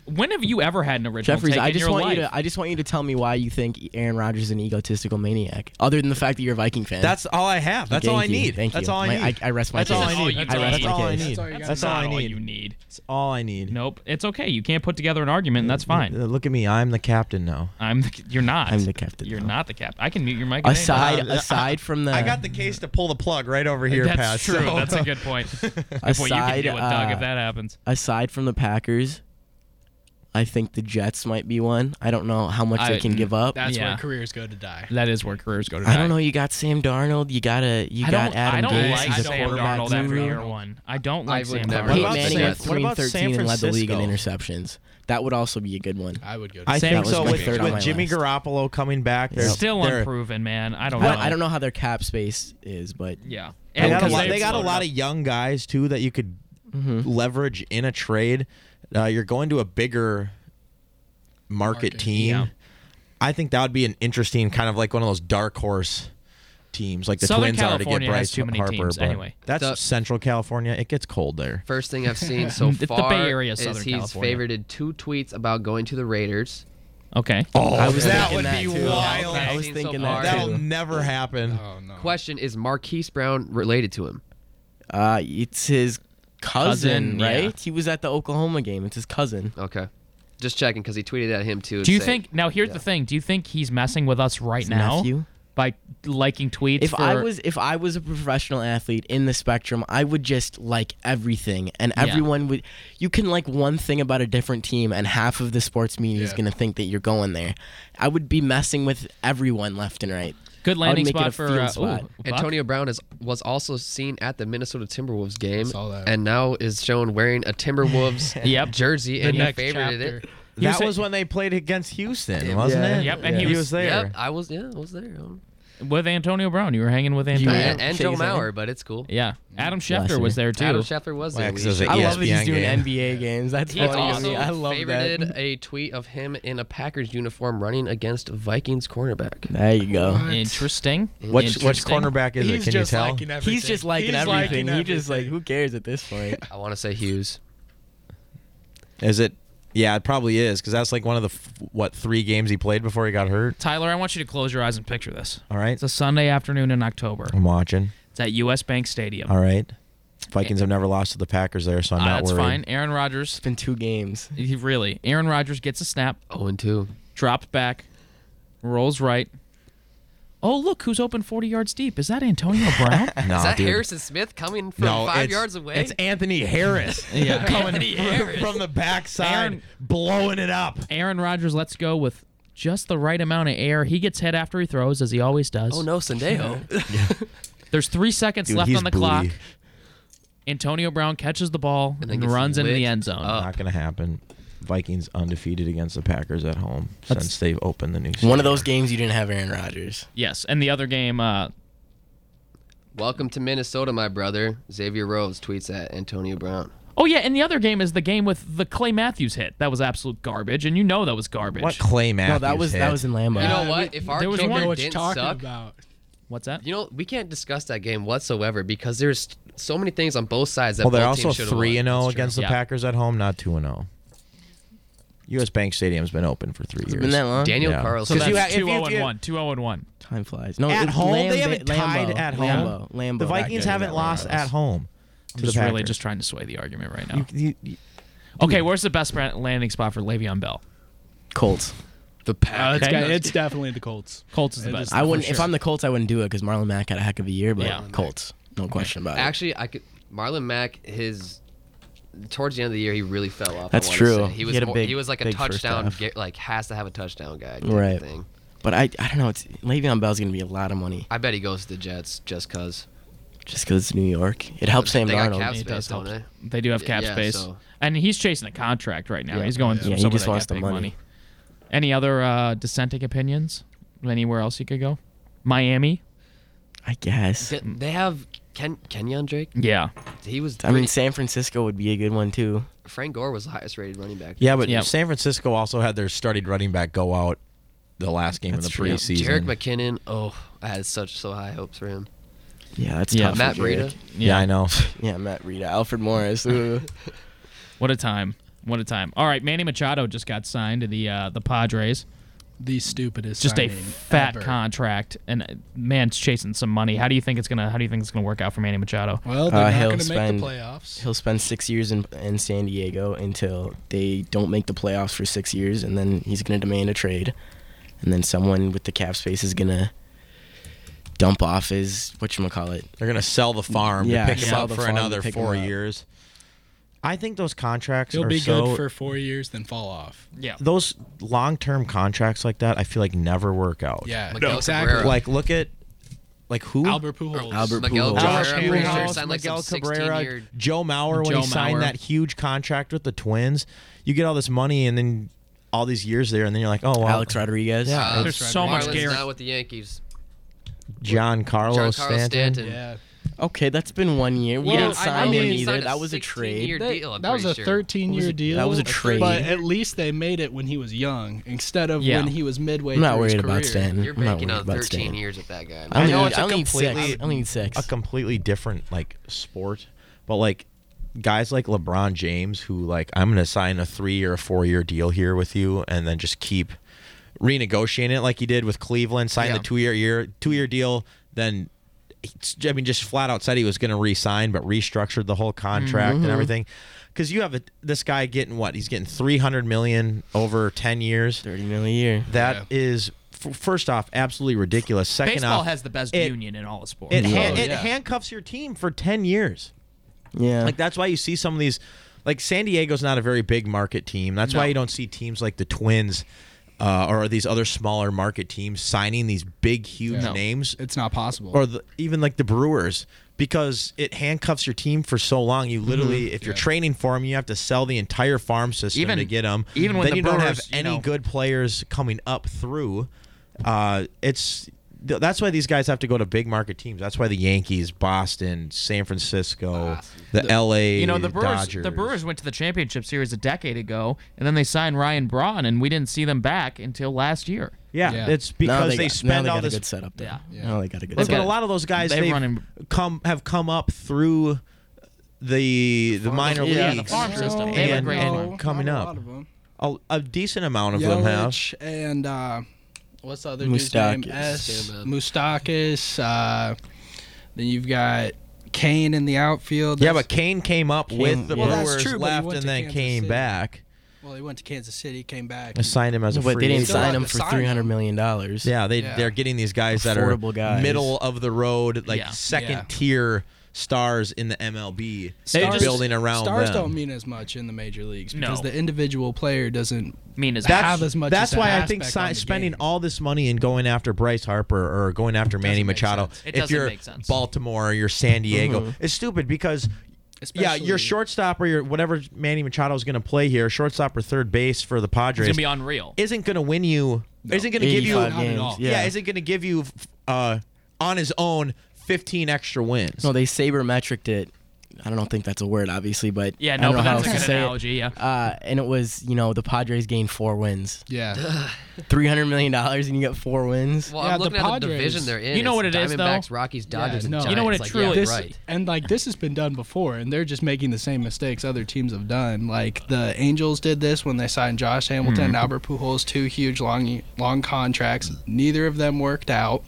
D: When have you ever had an original
E: Jeffries,
D: take
E: I
D: in
E: just
D: your
E: want
D: life?
E: you to I just want you to tell me why you think Aaron Rodgers is an egotistical maniac, other than the fact that you're a Viking fan.
G: That's all I have. That's all I
E: Thank you.
G: need.
E: Thank
G: That's
E: you.
G: all I
E: My-
G: need.
E: I- I rest my
G: That's
E: case.
G: all I
E: That's all
G: need.
E: you
G: I rest
E: need.
G: my
E: That's
G: case.
E: all you got.
G: That's all
D: Not
G: I
D: all
G: need.
D: you need.
G: That's all I need.
D: Nope, it's okay. You can't put together an argument, and that's fine.
G: Uh, Look at me. I'm the captain now.
D: I'm the, you're not.
E: I'm the captain,
D: You're
E: though.
D: not the captain. I can mute your mic. at any time.
E: Aside aside from the
G: I got the case to pull the plug right over here,
D: that's
G: Pat.
D: true.
G: so-
D: That's a good point. Good point. You can
E: Aside,
D: deal with Doug
E: uh,
D: if that happens.
E: aside from the Packers, I think the Jets might be one. I don't know how much
D: I-
E: they can give up.
D: that-
H: That's
D: Yeah.
H: where careers go to die.
D: That is where careers go to.
E: I don't know. You got Sam Darnold. You got a. You
D: I
E: got
D: don't. I
E: Adam
D: don't
E: Gase.
D: like
E: He's a
D: Sam
E: quarterback
D: Darnold after
E: guru.
D: year one. I don't like
F: I would
D: Sam
F: never
D: Darnold.
E: Peyton
F: about
E: Manning
F: San-
E: went
G: what
E: three
G: about
E: and thirteen
G: San
E: and led the league in
G: Francisco?
E: interceptions. That would also be a good one.
H: I would go. To
G: I
D: Sam
G: think
D: was
G: so.
D: my
G: With,
E: third on
G: with
E: my
G: Jimmy
E: list.
G: Garoppolo coming back, they're
D: Still
G: they're-
D: unproven, man. I don't know.
E: I, I don't know how their cap space is, but
D: Yeah.
G: They got a
D: because
G: lot,
D: they've
G: they got a
D: slowed
G: lot
D: up.
G: of young guys too that you could leverage in a trade. Uh, you're going to a bigger market, team.
D: yeah.
G: I think that would be an interesting kind of like one of those dark horse teams, like the
D: Southern
G: Twins are to
D: California
G: get
D: has
G: Bryce
D: too many
G: Harper.
D: teams
G: but
D: anyway.
G: that's
F: The-
G: Central California. It gets cold there.
F: First thing I've seen so
D: It's the Bay
F: far
D: Area,
F: is
D: Southern
F: he's
D: California.
F: favorited two tweets about going to the Raiders.
D: Okay.
O: Oh,
E: I was
G: Oh, that
E: thinking
G: would be
E: too.
G: wild.
E: I was thinking that
F: That'll
G: That'll
E: too.
G: never happen.
F: Question is Marquise Brown related to him?
E: Uh, it's his cousin,
D: Cousin, yeah.
E: right? He was at the Oklahoma game. It's his cousin.
F: Okay, just checking because he tweeted at him too.
D: Do you
F: saying-
D: think now? Here's the thing. Do you think he's messing with us right now
E: nephew?
D: by liking tweets?
E: If
D: for,
E: I was if I was a professional athlete in the spectrum, I would just like everything, and everyone would. You can like one thing about a different team, and half of the sports media is
H: Yeah.
E: gonna think that you're going there. I would be messing with everyone left and right.
D: good landing
E: make it
D: spot
E: a
D: for
E: field
D: uh,
E: spot.
D: ooh, Buck?
F: Antonio Brown is was also seen at the Minnesota Timberwolves game,
H: Saw that.
F: and now is shown wearing a Timberwolves
D: Yep.
F: jersey,
D: The
F: and he
D: next
F: favorited it.
D: chapter. He
G: That
D: was-
G: was when they played against Houston, wasn't
E: Yeah.
G: it?
D: Yep, and he was-
G: there.
F: Yep, I was yeah, I was there. Um,
D: with Antonio Brown. You were hanging with
E: You
D: Antonio.
E: were-
D: Yeah.
F: And, and
E: shake
F: Joe
E: his hand.
F: Mauer, but it's cool.
D: Adam
E: Bless
D: Schefter
E: you.
D: was there too.
F: Adam Schefter was there.
G: Wax
F: We
G: is
F: should-
G: a- E
E: I love that he's
G: ESPN
E: doing
G: game.
E: NBA games. That's
F: He
E: funny.
F: also
E: I, mean, I love
F: favorited
E: that.
F: a tweet of him in a Packers uniform running against Vikings cornerback.
E: There you go.
D: Interesting.
G: Which which
D: Interesting.
G: cornerback is
H: He's
G: it? Can
H: just
G: you tell?
H: liking everything.
E: He's just liking
H: He's
E: everything. he just like
H: everything.
E: who cares at this point.
F: I want to say Hughes.
G: Is it? Yeah, it probably is because that's like one of the f- what three games he played before he got hurt.
D: Tyler, I want you to close your eyes and picture this.
G: All right,
D: It's a Sunday afternoon in October.
G: I'm watching.
D: It's at U.S. Bank Stadium.
G: All right, Vikings have never lost to the Packers there, so I'm
D: Ah,
G: not
D: that's
G: worried.
D: fine. Aaron Rodgers.
E: It's been two games.
D: He really. Aaron Rodgers gets a snap,
F: Oh, and two.
D: drops back, rolls right. Oh look, who's open 40 yards deep? Is that Antonio Brown?
G: No,
F: Is that
G: dude.
F: Harrison Smith coming from
G: No,
F: five
G: it's-
F: yards away?
G: It's Anthony Harris
D: Yeah.
G: coming
F: Anthony
G: from,
F: Harris.
G: from the backside,
D: Aaron-
G: blowing it up.
D: Aaron Rodgers lets go with just the right amount of air. He gets hit after he throws, as he always does.
F: oh no, Sandejo.
D: There's three seconds
G: Dude,
D: left
G: he's
D: on the
G: booty.
D: clock. Antonio Brown catches the ball and,
F: then gets
D: runs into the
F: licked
D: end zone.
H: Oh.
F: up.
G: Not gonna happen. Vikings undefeated against the Packers at home since they've opened the new.
E: One of
G: stadium.
E: those games you didn't have Aaron Rodgers.
D: Yes, and the other game, uh,
F: Welcome to Minnesota, my brother. Xavier Rose tweets at Antonio Brown.
D: Oh yeah, and the other game is the game with the Clay Matthews hit. That was absolute garbage, and you know that was garbage.
G: What Clay
E: No, that was- that was in Lambeau.
F: You know what? If our
D: there was
F: kicker
D: one.
F: didn't suck,
D: what's that?
F: You know, we can't discuss that game whatsoever because there's so many things on both sides that
G: Well, they're
F: both
G: also
F: teams should've
G: three
F: won.
G: and
E: oh
G: zero against the
F: Yeah.
G: Packers at home, not two and zero. U.S. Bank Stadium's been open for three years.
E: been that long? Daniel Carlson.
D: So
E: you
D: that's
E: ha- if
D: two
E: you-
D: zero
E: if you-
D: and one. Two zero and one.
E: Time flies. No,
G: at
E: it-
G: home
E: Lambe-
G: they haven't
E: Lambeau,
G: tied at home.
E: Lambeau, Lambeau.
G: The Vikings haven't lost at home.
D: I'm
G: to
D: just
G: the
D: really
G: Packers.
D: just trying to sway the argument right now.
G: You- you-
D: okay, where's the best brand- landing spot for Le'Veon Bell?
E: Colts.
F: The
H: Uh, it's,
D: Okay.
H: got- it's definitely the Colts.
D: Colts is the
H: It
D: best.
H: is
E: I wouldn't.
H: for
E: If
H: sure.
E: I'm the Colts, I wouldn't do it because Marlon Mack had a heck of a year, but
F: Yeah.
E: Colts, no question about it.
F: Actually, I could. Marlon Mack, his towards the end of the year, he really fell off. I
E: That's
F: wanna
E: true.
F: say. He
E: He
F: was
E: had a
F: more-
E: big-
F: he was like a
E: big first
F: touchdown,
E: half.
F: get, like has to have a touchdown guy. type
E: Right.
F: Thing.
E: But I, I don't know. It's Le'Veon Bell's gonna be a lot of money
F: I bet he goes to the Jets just cause.
E: just because it's New York. It helps Sam
F: They got
E: Darnold.
F: cap
D: It
F: space,
D: does
F: don't
D: help.
F: they?
D: They do have cap
F: Yeah,
D: space,
F: so-
D: and he's chasing a contract right now.
E: Yeah.
D: he's going
E: Yeah.
D: through
E: Yeah, he
D: some
E: just
D: of that
E: wants the
D: big
E: money.
D: Any other uh, dissenting opinions? Anywhere else he could go? Miami.
E: I guess.
F: They, they have Ken Kenyon Drake.
D: Yeah.
F: He was.
E: I mean, San Francisco would be a good one too.
F: Frank Gore was the highest rated running back.
G: Yeah, but
F: Jared
G: San Francisco also had their starting running back go out the last game
E: That's
G: of the
E: true.
G: preseason.
F: McKinnon. Oh, I had such so high hopes for him.
E: Yeah, that's
D: Yeah,
E: tough.
F: Matt
E: for Drake.
F: Breida.
G: yeah, I know.
E: Yeah, Matt Breida, Alfred Morris. Ooh.
D: What a time! What a time! All right, Manny Machado just got signed to the uh, the Padres.
H: The stupidest.
D: Just a
H: signing
D: fat
H: ever.
D: contract, and uh, man's chasing some money. How do you think it's gonna? How do you think it's gonna work out for Manny Machado?
H: Well, they're
E: Uh,
H: not
E: he'll
H: going to make
E: spend
H: the playoffs.
E: he'll spend six years in in San Diego until they don't make the playoffs for six years, and then he's gonna demand a trade, and then someone with the cap space is gonna dump off his what you call it.
G: They're gonna sell the farm
E: Yeah,
G: to pick him
E: sell
G: up
E: the
G: for
E: farm to
G: another
E: pick him
G: four
E: up.
G: years. I think those contracts
H: He'll
G: are
H: be
G: so
H: good for four years, then fall off.
D: Yeah.
G: those long-term contracts like that. I feel like never work out.
H: Yeah.
F: Miguel
H: exactly.
F: Cabrera.
G: Like look at like who
H: Albert Pujols.
E: Albert
F: Miguel
E: Pujols.
G: Albert
F: Cabrera, I'm pretty sure,
G: Pujols,
F: signed like
G: Miguel
F: some
G: Cabrera,
F: 16-year
G: Joe Mauer when
D: Joe
G: he signed
D: Mauer.
G: that huge contract with the Twins. You get all this money and then all these years there, and then you're like, oh well,
E: Alex Rodriguez.
F: Uh,
D: There's so much
F: Marlins
D: guarant-
F: now with the Yankees.
G: John Carlos
F: Giancarlo
G: Stanton.
F: Stanton.
H: Yeah.
E: Okay, that's been one year. We
H: Well,
E: didn't
H: I
E: sign
H: know
E: him
H: he
E: either.
F: signed a
E: That was a
F: 16-year
E: trade.
F: Your
H: They-
F: deal, I'm
H: that was
F: pretty sure.
H: a 13
E: was
H: year
E: a-
H: deal.
E: that was a
H: But
E: trade.
H: at least they made it when he was young instead of
D: Yeah.
H: when he was midway
E: I'm not
H: through his
E: worried about
H: career.
E: Stanton.
F: You're
E: I'm not
F: making
E: worried
F: out
E: about
F: 13
E: Stanton.
F: years with that guy.
E: I
G: I
E: only
G: know
E: need-
G: it's
E: I
G: a
E: only need six.
G: completely
E: I only need six.
G: a completely different like sport, but like guys like LeBron James who like I'm gonna sign a three or a four year deal here with you and then just keep renegotiating it like he did with Cleveland, sign
F: Yeah.
G: the two year year two year deal, then it's- I mean just flat out said he was gonna re-sign but restructured the whole contract and everything. Because you have a, this guy getting what he's getting three hundred million over ten years.
E: Thirty million a year.
G: That is f- first off absolutely ridiculous. Second
D: Baseball
G: off,
D: has the best
G: it-
D: union in all of sports.
G: it, ha-
H: Oh,
G: it
H: yeah.
G: handcuffs your team for 10 years.
E: Yeah.
G: Like, that's why you see some of these. Like, San Diego's not a very big market team. That's why you don't see teams like the Twins uh, or these other smaller market teams signing these big, huge
H: No.
G: names
H: It's not possible.
G: or the, even like the Brewers because it handcuffs your team for so long. You
D: Mm-hmm.
G: literally, if you're training for them, you have to sell the entire farm system
D: Even-
G: to get them.
D: even when
G: then
D: the
G: you don't have
D: Brewers, you
G: any
D: know-
G: good players coming up through. Uh, it's th- that's why these guys have to go to big market teams. That's why the Yankees, Boston, San Francisco, the, L.A.
D: You know Ah, the Brewers.
G: Dodgers.
D: The Brewers went to the championship series a decade ago, and then they signed Ryan Braun, and we didn't see them back until last year.
G: Yeah,
H: Yeah.
G: it's
E: Now
G: because
E: they,
G: they,
E: got, now
G: spend
E: they
G: all
E: got
G: this
E: a good setup. Though.
D: Yeah.
E: Now they got a good.
G: But
E: setup.
G: a lot of those guys
D: They've
G: they've,
D: run in-
G: come have come up through the the minor
D: yeah, the
G: leagues
D: farm system. They have a
G: and,
D: great
G: and
D: farm.
G: coming
H: Not a
G: up.
H: lot of 'em.
G: A, a decent amount of them have.
H: Yelich and uh, what's the other dude's name?
E: Moustakis.
H: S.
F: Yeah, man.
H: Moustakis. Uh, then you've got Kane in the outfield.
G: Yeah,
H: That's-
G: but Kane came up with the
E: Well,
H: that's
G: Brewers,
H: true, but he
G: left,
H: went
G: and
H: to
G: then
H: Kansas
G: came
H: City.
G: back.
H: well, he went to Kansas City, came back.
G: They signed him as a
E: But
G: free
E: they didn't
G: agent.
H: Still
E: sign
H: have
E: him
H: to
E: for
H: sign
E: three hundred million dollars.
G: Yeah, they
H: Yeah.
G: they're getting these guys that
E: Affordable
G: are
E: guys.
G: middle of the road, like
D: Yeah.
G: second
H: Yeah.
G: tier stars in the MLB.
H: Stars-
G: They're building around
H: Stars
G: them.
H: don't mean as much in the major leagues because
D: No.
H: the individual player doesn't
D: mean, is
H: That's-
D: that
H: have as much
G: That's
H: as an
G: why I think
H: aspect
G: si-
H: on the
G: spending
H: game.
G: all this money and going after Bryce Harper or going after Manny
H: make
G: Machado,
H: sense.
D: It
G: if
D: doesn't
G: you're
D: make sense.
G: Baltimore or you're San Diego,
E: Mm-hmm.
G: it's stupid because. yeah,
H: Especially-
G: your shortstop or your whatever Manny Machado is going to play here, shortstop or third base for the Padres,
D: going to be unreal?
G: isn't going to win you. Isn't going to give you.
E: Eighty-five
H: Not at
E: games.
H: all.
G: Yeah, isn't going to give you uh, on his own 15 extra wins.
E: No, they sabermetriced it I don't think that's a word, obviously, but
D: Yeah,
E: I
D: no,
E: don't
D: but
E: know how
D: that's a
E: else to
D: good
E: say it.
D: analogy, yeah.
E: Uh, and it was, you know, the Padres gained four wins.
D: Yeah.
E: three hundred million dollars, and you get four wins.
F: Well, I'm looking at the division they're in.
D: You know
F: It's
D: what it is, though?
F: Diamondbacks, Rockies, Dodgers, and
D: no.
F: Giants.
D: You know what it
F: Like, yeah,
D: truly
H: this,
F: right.
H: And like this has been done before, and they're just making the same mistakes other teams have done. Like the Angels did this when they signed Josh Hamilton and
Q: Mhm.
H: Albert Pujols, two huge long long contracts. Neither of them worked out.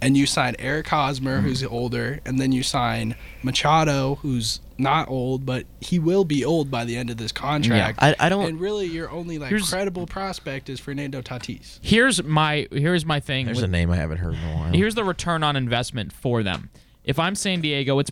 H: And you sign Eric Hosmer, who's older, and then you sign Machado, who's not old, but he will be old by the end of this contract.
E: I- I don't-
H: And really, your only like
D: Here's-
H: credible prospect is Fernando Tatis.
D: Here's my here's my thing.
G: There's
D: with-
G: a name I haven't heard in a while.
D: Here's the return on investment for them. If I'm San Diego, it's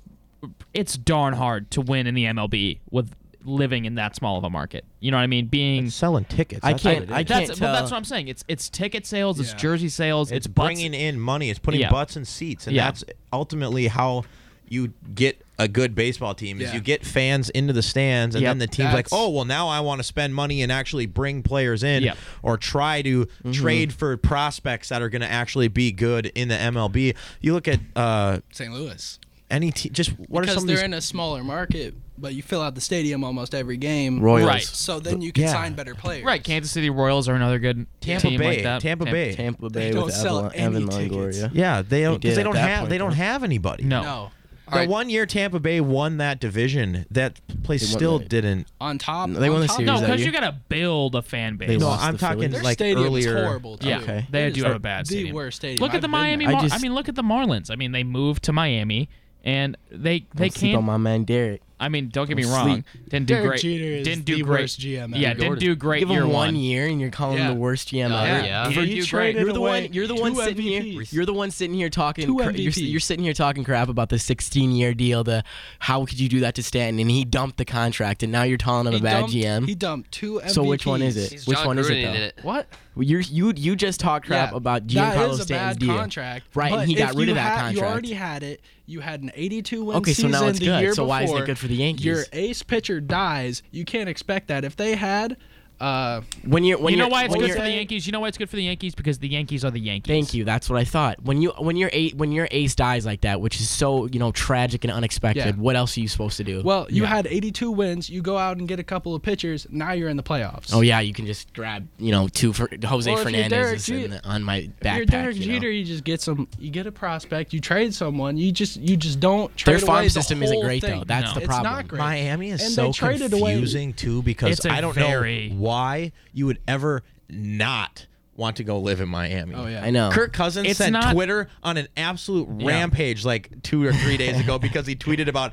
D: it's darn hard to win in the MLB with living in that small of a market. You know what I mean? Being
G: selling tickets.
D: I
G: that's what
D: can't.
G: it
D: I
G: is.
D: that's, Well, that's what I'm saying. It's it's ticket sales. It's
G: Yeah.
D: jersey sales. It's,
G: It's
D: butts-
G: bringing in money. It's putting
D: Yeah.
G: butts in seats, and
D: Yeah.
G: that's ultimately how you get a good baseball team. Is
D: Yeah.
G: you get fans into the stands, and
D: Yep.
G: then the team's like,
D: That's-
G: "Oh, well, now I want to spend money and actually bring players in,
D: Yep. Mm-hmm.
G: or try to trade for prospects that are going to actually be good in the MLB." You look at uh,
H: St. Louis.
G: any team. Just what
H: because
G: are some of
H: they're
G: these?
H: in a smaller market, but you fill out the stadium almost every game.
G: Royals. Right.
H: So then you can
G: Yeah.
H: sign better players.
D: Right, Kansas City Royals are another good
G: Tampa
D: team
G: Bay,
D: like that.
G: Tampa
D: Tam-
G: Bay.
E: Tampa
G: They
E: Bay
G: don't
E: with
G: sell
E: Evelyn, Evan
G: any tickets.
E: Longoria.
G: yeah, they don't.
E: did
G: Because they
E: at
G: don't
E: that
G: have.
E: point,
G: they don't
E: though.
G: have anybody.
D: No.
H: No.
G: The one year Tampa Bay won that division, that place
E: They won
G: still
E: that.
G: didn't.
H: On top,
E: No, they won
H: on
E: the
H: top-
E: series
D: No,
E: that
D: because
E: year.
D: you got to build a fan base.
G: They No, lost I'm to talking Phillies.
H: Their
G: like
H: stadium is
G: earlier-
H: horrible. Too.
D: Yeah, they
H: It
D: do
H: is
D: have a bad stadium.
H: The worst stadium.
D: Look at
H: I've
D: the
H: been
D: Miami.
H: there.
D: Mar- I,
E: just-
D: mean, look at the Marlins. I mean, they moved to Miami, and they they
E: Don't sleep
D: can't.
E: on my man Derek.
D: I mean, don't get me
E: Don't
D: wrong.
E: sleep.
D: Didn't do
E: Derek
D: great.
E: Jeter is
D: didn't
E: the
D: do great.
E: worst GM ever.
D: Yeah, didn't do great
E: Give him
D: year
E: one,
D: one.
E: year, and you're calling
D: Yeah.
E: him the worst GM
D: Yeah.
E: ever.
D: Yeah. He didn't do great.
E: You're the
D: away
E: one. You're the
D: two
E: one sitting here.
D: MVPs.
E: You're the one sitting here talking.
D: Two
E: cra- you're, s-
D: MVPs.
E: you're sitting here talking crap about the 16 year deal. The how could you do that to Stanton? And he dumped the contract, and now you're calling him
H: He
E: a bad
H: dumped-
E: GM.
H: He dumped two MVPs.
E: So which one is it? which
F: John
E: one is
F: Gruden
E: it though?
F: in it.
H: What?
E: Well, You're, you you just talk crap
H: Yeah,
E: about
H: that
E: Giancarlo
H: is a
E: Stanton's
H: bad
E: deal,
H: contract.
E: right?
H: But
E: and he
H: if
E: got rid
H: you
E: of that
H: ha-
E: contract.
H: You already had it. You had an 82 win
E: Okay, so
H: season
E: now it's
H: the
E: good.
H: year
E: So why isn't it
H: before.
E: good for the Yankees?
H: Your ace pitcher dies. You can't expect that. If they had, uh,
E: when you're when
D: you know
E: you're-
D: why it's
E: when
D: good
E: you're-
D: for the Yankees? You know why it's good for the Yankees? Because the Yankees are the Yankees.
E: Thank you. That's what I thought. When you when your eight when your ace dies like that, which is so you know tragic and unexpected,
H: Yeah.
E: what else are you supposed to do?
H: well, you had 82 wins. You go out and get a couple of pitchers. Now you're in the playoffs.
E: oh yeah, you can just grab you know two for Jose
H: Or if you're Derek
E: Fernandez is in
H: Jeter-
E: the- on my
H: If
E: backpack.
H: You're Derek
E: you know?
H: Jeter. You just get some. You get a prospect. You trade someone. You just you just don't.
E: Their
H: Trade
E: farm
H: away the
E: system isn't
H: whole
E: great,
H: thing.
E: though. That's the problem.
H: It's not great.
G: Miami is
H: and
G: so
H: they traded
G: confusing too because
D: It's a
G: I don't
D: very-
G: know why you would ever not want to go live in Miami. Um,
H: Oh, yeah.
E: I know.
G: Kirk Cousins
D: It's
G: sent
D: not-
G: Twitter on an absolute
D: Yeah.
G: rampage like two or three days ago because he tweeted about.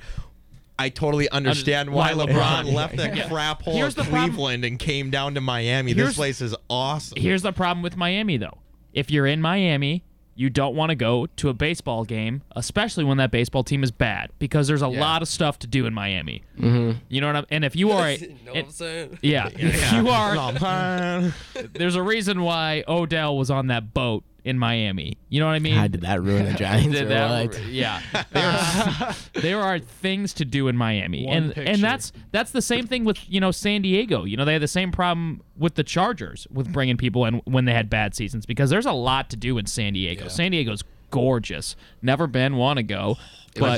G: I totally understand why
D: why
G: LeBron
D: LeBron-
G: left that crap hole
D: Here's
G: of
D: the problem-
G: Cleveland and came down to Miami.
D: Here's-
G: this place is awesome.
D: Here's the problem with Miami, though. If you're in Miami, you don't want to go to a baseball game, especially when that baseball team is bad, because there's a lot of stuff to do in Miami. Mm-hmm. You know what I'm? And if you are, a,
F: know what I'm saying?
D: yeah, if you are,
G: are.
D: there's a reason why Odell was on that boat in Miami. You know what I mean?
E: God, did that ruin the Giants
D: Th-
E: or
D: that-
E: what?
D: yeah. There are, there are things to do in Miami.
H: One
D: and
H: picture.
D: and that's that's the same thing with, you know, San Diego. You know, they had the same problem with the Chargers with bringing people in when they had bad seasons because there's a lot to do in San Diego. San Diego's gorgeous. Never been, want to go.
F: My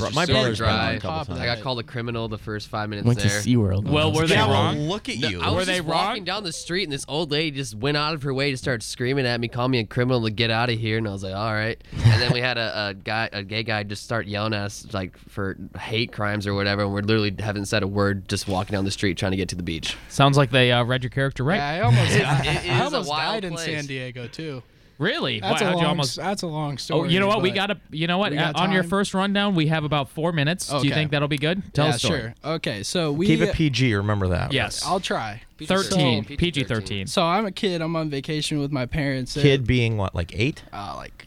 D: But
F: bro- my brother's
G: been on a
F: drive.
G: couple times.
F: I got called a criminal the first five minutes
E: Went to
F: there.
E: SeaWorld.
D: well, were they
G: yeah, well,
D: wrong?
G: look at
F: No,
G: you.
F: I was
D: Were they
F: just
D: wrong?
F: walking down the street, and this old lady just went out of her way to start screaming at me, call me a criminal to get out of here. And I was like, all right. And then we had a, a guy, a gay guy, just start yelling at us like for hate crimes or whatever. And we're literally haven't said a word, just walking down the street trying to get to the beach.
D: Sounds like they uh, read your character right.
H: Yeah, I almost,
F: it
H: I,
F: is
H: I
F: a
H: almost
F: wild
H: died in
F: place.
H: San Diego too.
D: Really?
H: That's
D: wow,
H: a
D: how'd
H: long.
D: you almost
H: That's a long story.
D: Oh, you know what? We
H: but-
D: got to you know what? Uh,
H: we got
D: On your
H: time.
D: first rundown, we have about 4 minutes. Do you
H: Okay.
D: think that'll be good? Tell
H: yeah,
D: us
H: sure. Okay, so we
G: Keep it PG. Remember that.
D: Yes.
H: I'll try.
D: 13
H: So-
D: PG-13.
H: So I'm a kid. I'm on vacation with my parents. They're,
G: Kid being what, like eight?
H: uh, like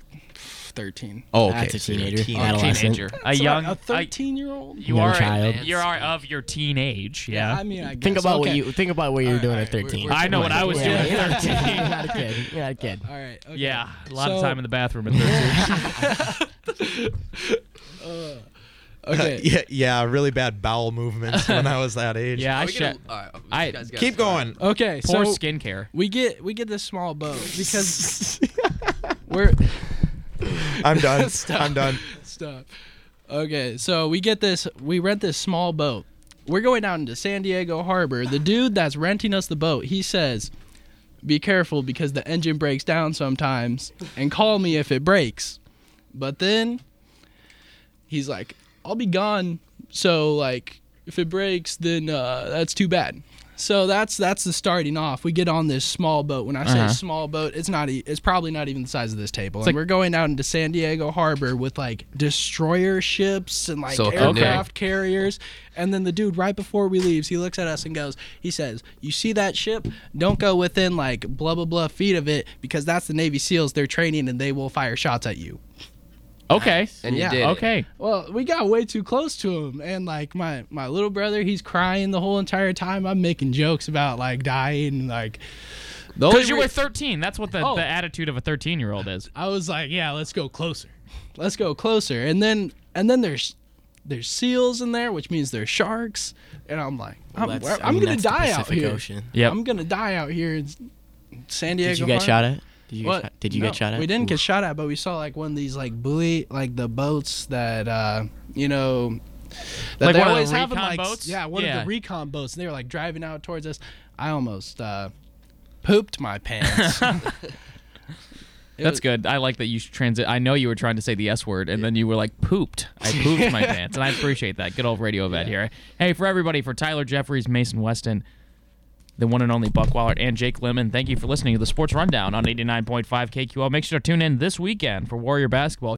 H: thirteen.
G: Oh, okay.
E: That's a
G: so you're
E: teenager,
G: teen-
E: adolescent.
D: teenager. A
H: That's
D: young
H: right, a
D: I-
H: thirteen year old.
D: You
E: Young
D: are
E: child.
D: you are of your teenage, yeah.
H: I mean, I guess.
E: Think about
H: okay.
E: what you think about what you're doing at 13.
D: I know what I was doing
E: You're
D: at
E: not-
D: 13.
E: You're not a kid. You're not a kid.
H: All right. Okay.
D: yeah, a lot of
H: So-
D: time in the bathroom at 13.
H: Okay.
G: Uh, yeah, yeah, really bad bowel movements when I was that age.
D: yeah, I
F: Are we gonna-
D: shit.
F: all right, this
D: I-
F: guy's got
G: Keep
F: a-
G: going.
H: Okay.
D: Poor
H: so
D: skincare.
H: we get we get this small boat because we're
G: I'm done. I'm done.
H: stop. Okay, so we get this. We rent this small boat. We're going out into San Diego Harbor. The dude that's renting us the boat, he says, "Be careful because the engine breaks down sometimes, and call me if it breaks." But then he's like, "I'll be gone." So like, if it breaks, then uh, that's too bad. So that's that's the starting off. We get on this small boat. When I say
D: Uh-huh.
H: small boat, it's not. E- it's probably not even the size of this table.
D: It's
H: and
D: like-
H: we're going out into San Diego Harbor with like destroyer ships and like
F: Silicon Valley.
H: aircraft carriers. And then the dude right before we leaves, he looks at us and goes, he says, "You see that ship? Don't go within like blah blah blah feet of it because that's the Navy SEALs. They're training and they will fire shots at you."
D: Okay.
F: And you
H: Yeah.
F: did. it.
D: Okay.
H: Well, we got way too close to him, and like my my little brother, he's crying the whole entire time. I'm making jokes about like dying, like the only
D: Because you
H: re-
D: were 13. That's what the,
H: Oh.
D: the attitude of a 13 year old is.
H: I was like, yeah, let's go closer, let's go closer, and then and then there's there's seals in there, which means there's sharks, and I'm like,
E: Well,
H: I'm,
E: that's- I
H: I'm
E: mean,
H: gonna
E: that's the
H: die out
E: Pacific
H: here.
E: Ocean.
D: Yep.
H: I'm gonna die out here in San Diego.
E: Did you get
H: Harbor.
E: shot at? Did you
H: What?
E: get shot? Did you
H: No,
E: get shot at?
H: We didn't get
E: Oof.
H: shot at, but we saw like one of these like buoy, like the boats that uh, you know, that
D: Like
H: they
D: one of the
H: always have in,
D: recon
H: like, s-
D: boats?
H: Yeah, one
D: Yeah.
H: of the recon boats, and they were like driving out towards us. I almost uh, pooped my pants.
D: That's good. I like that you transit. I know you were trying to say the S word, and then you were like pooped. I pooped my pants, and I appreciate that. Good old radio vet here. Hey, for everybody, for Tyler Jeffries, Mason Weston, the one and only Buck Wallard, and Jake Lemon. Thank you for listening to the Sports Rundown on 89.5 KQL. Make sure to tune in this weekend for Warrior basketball.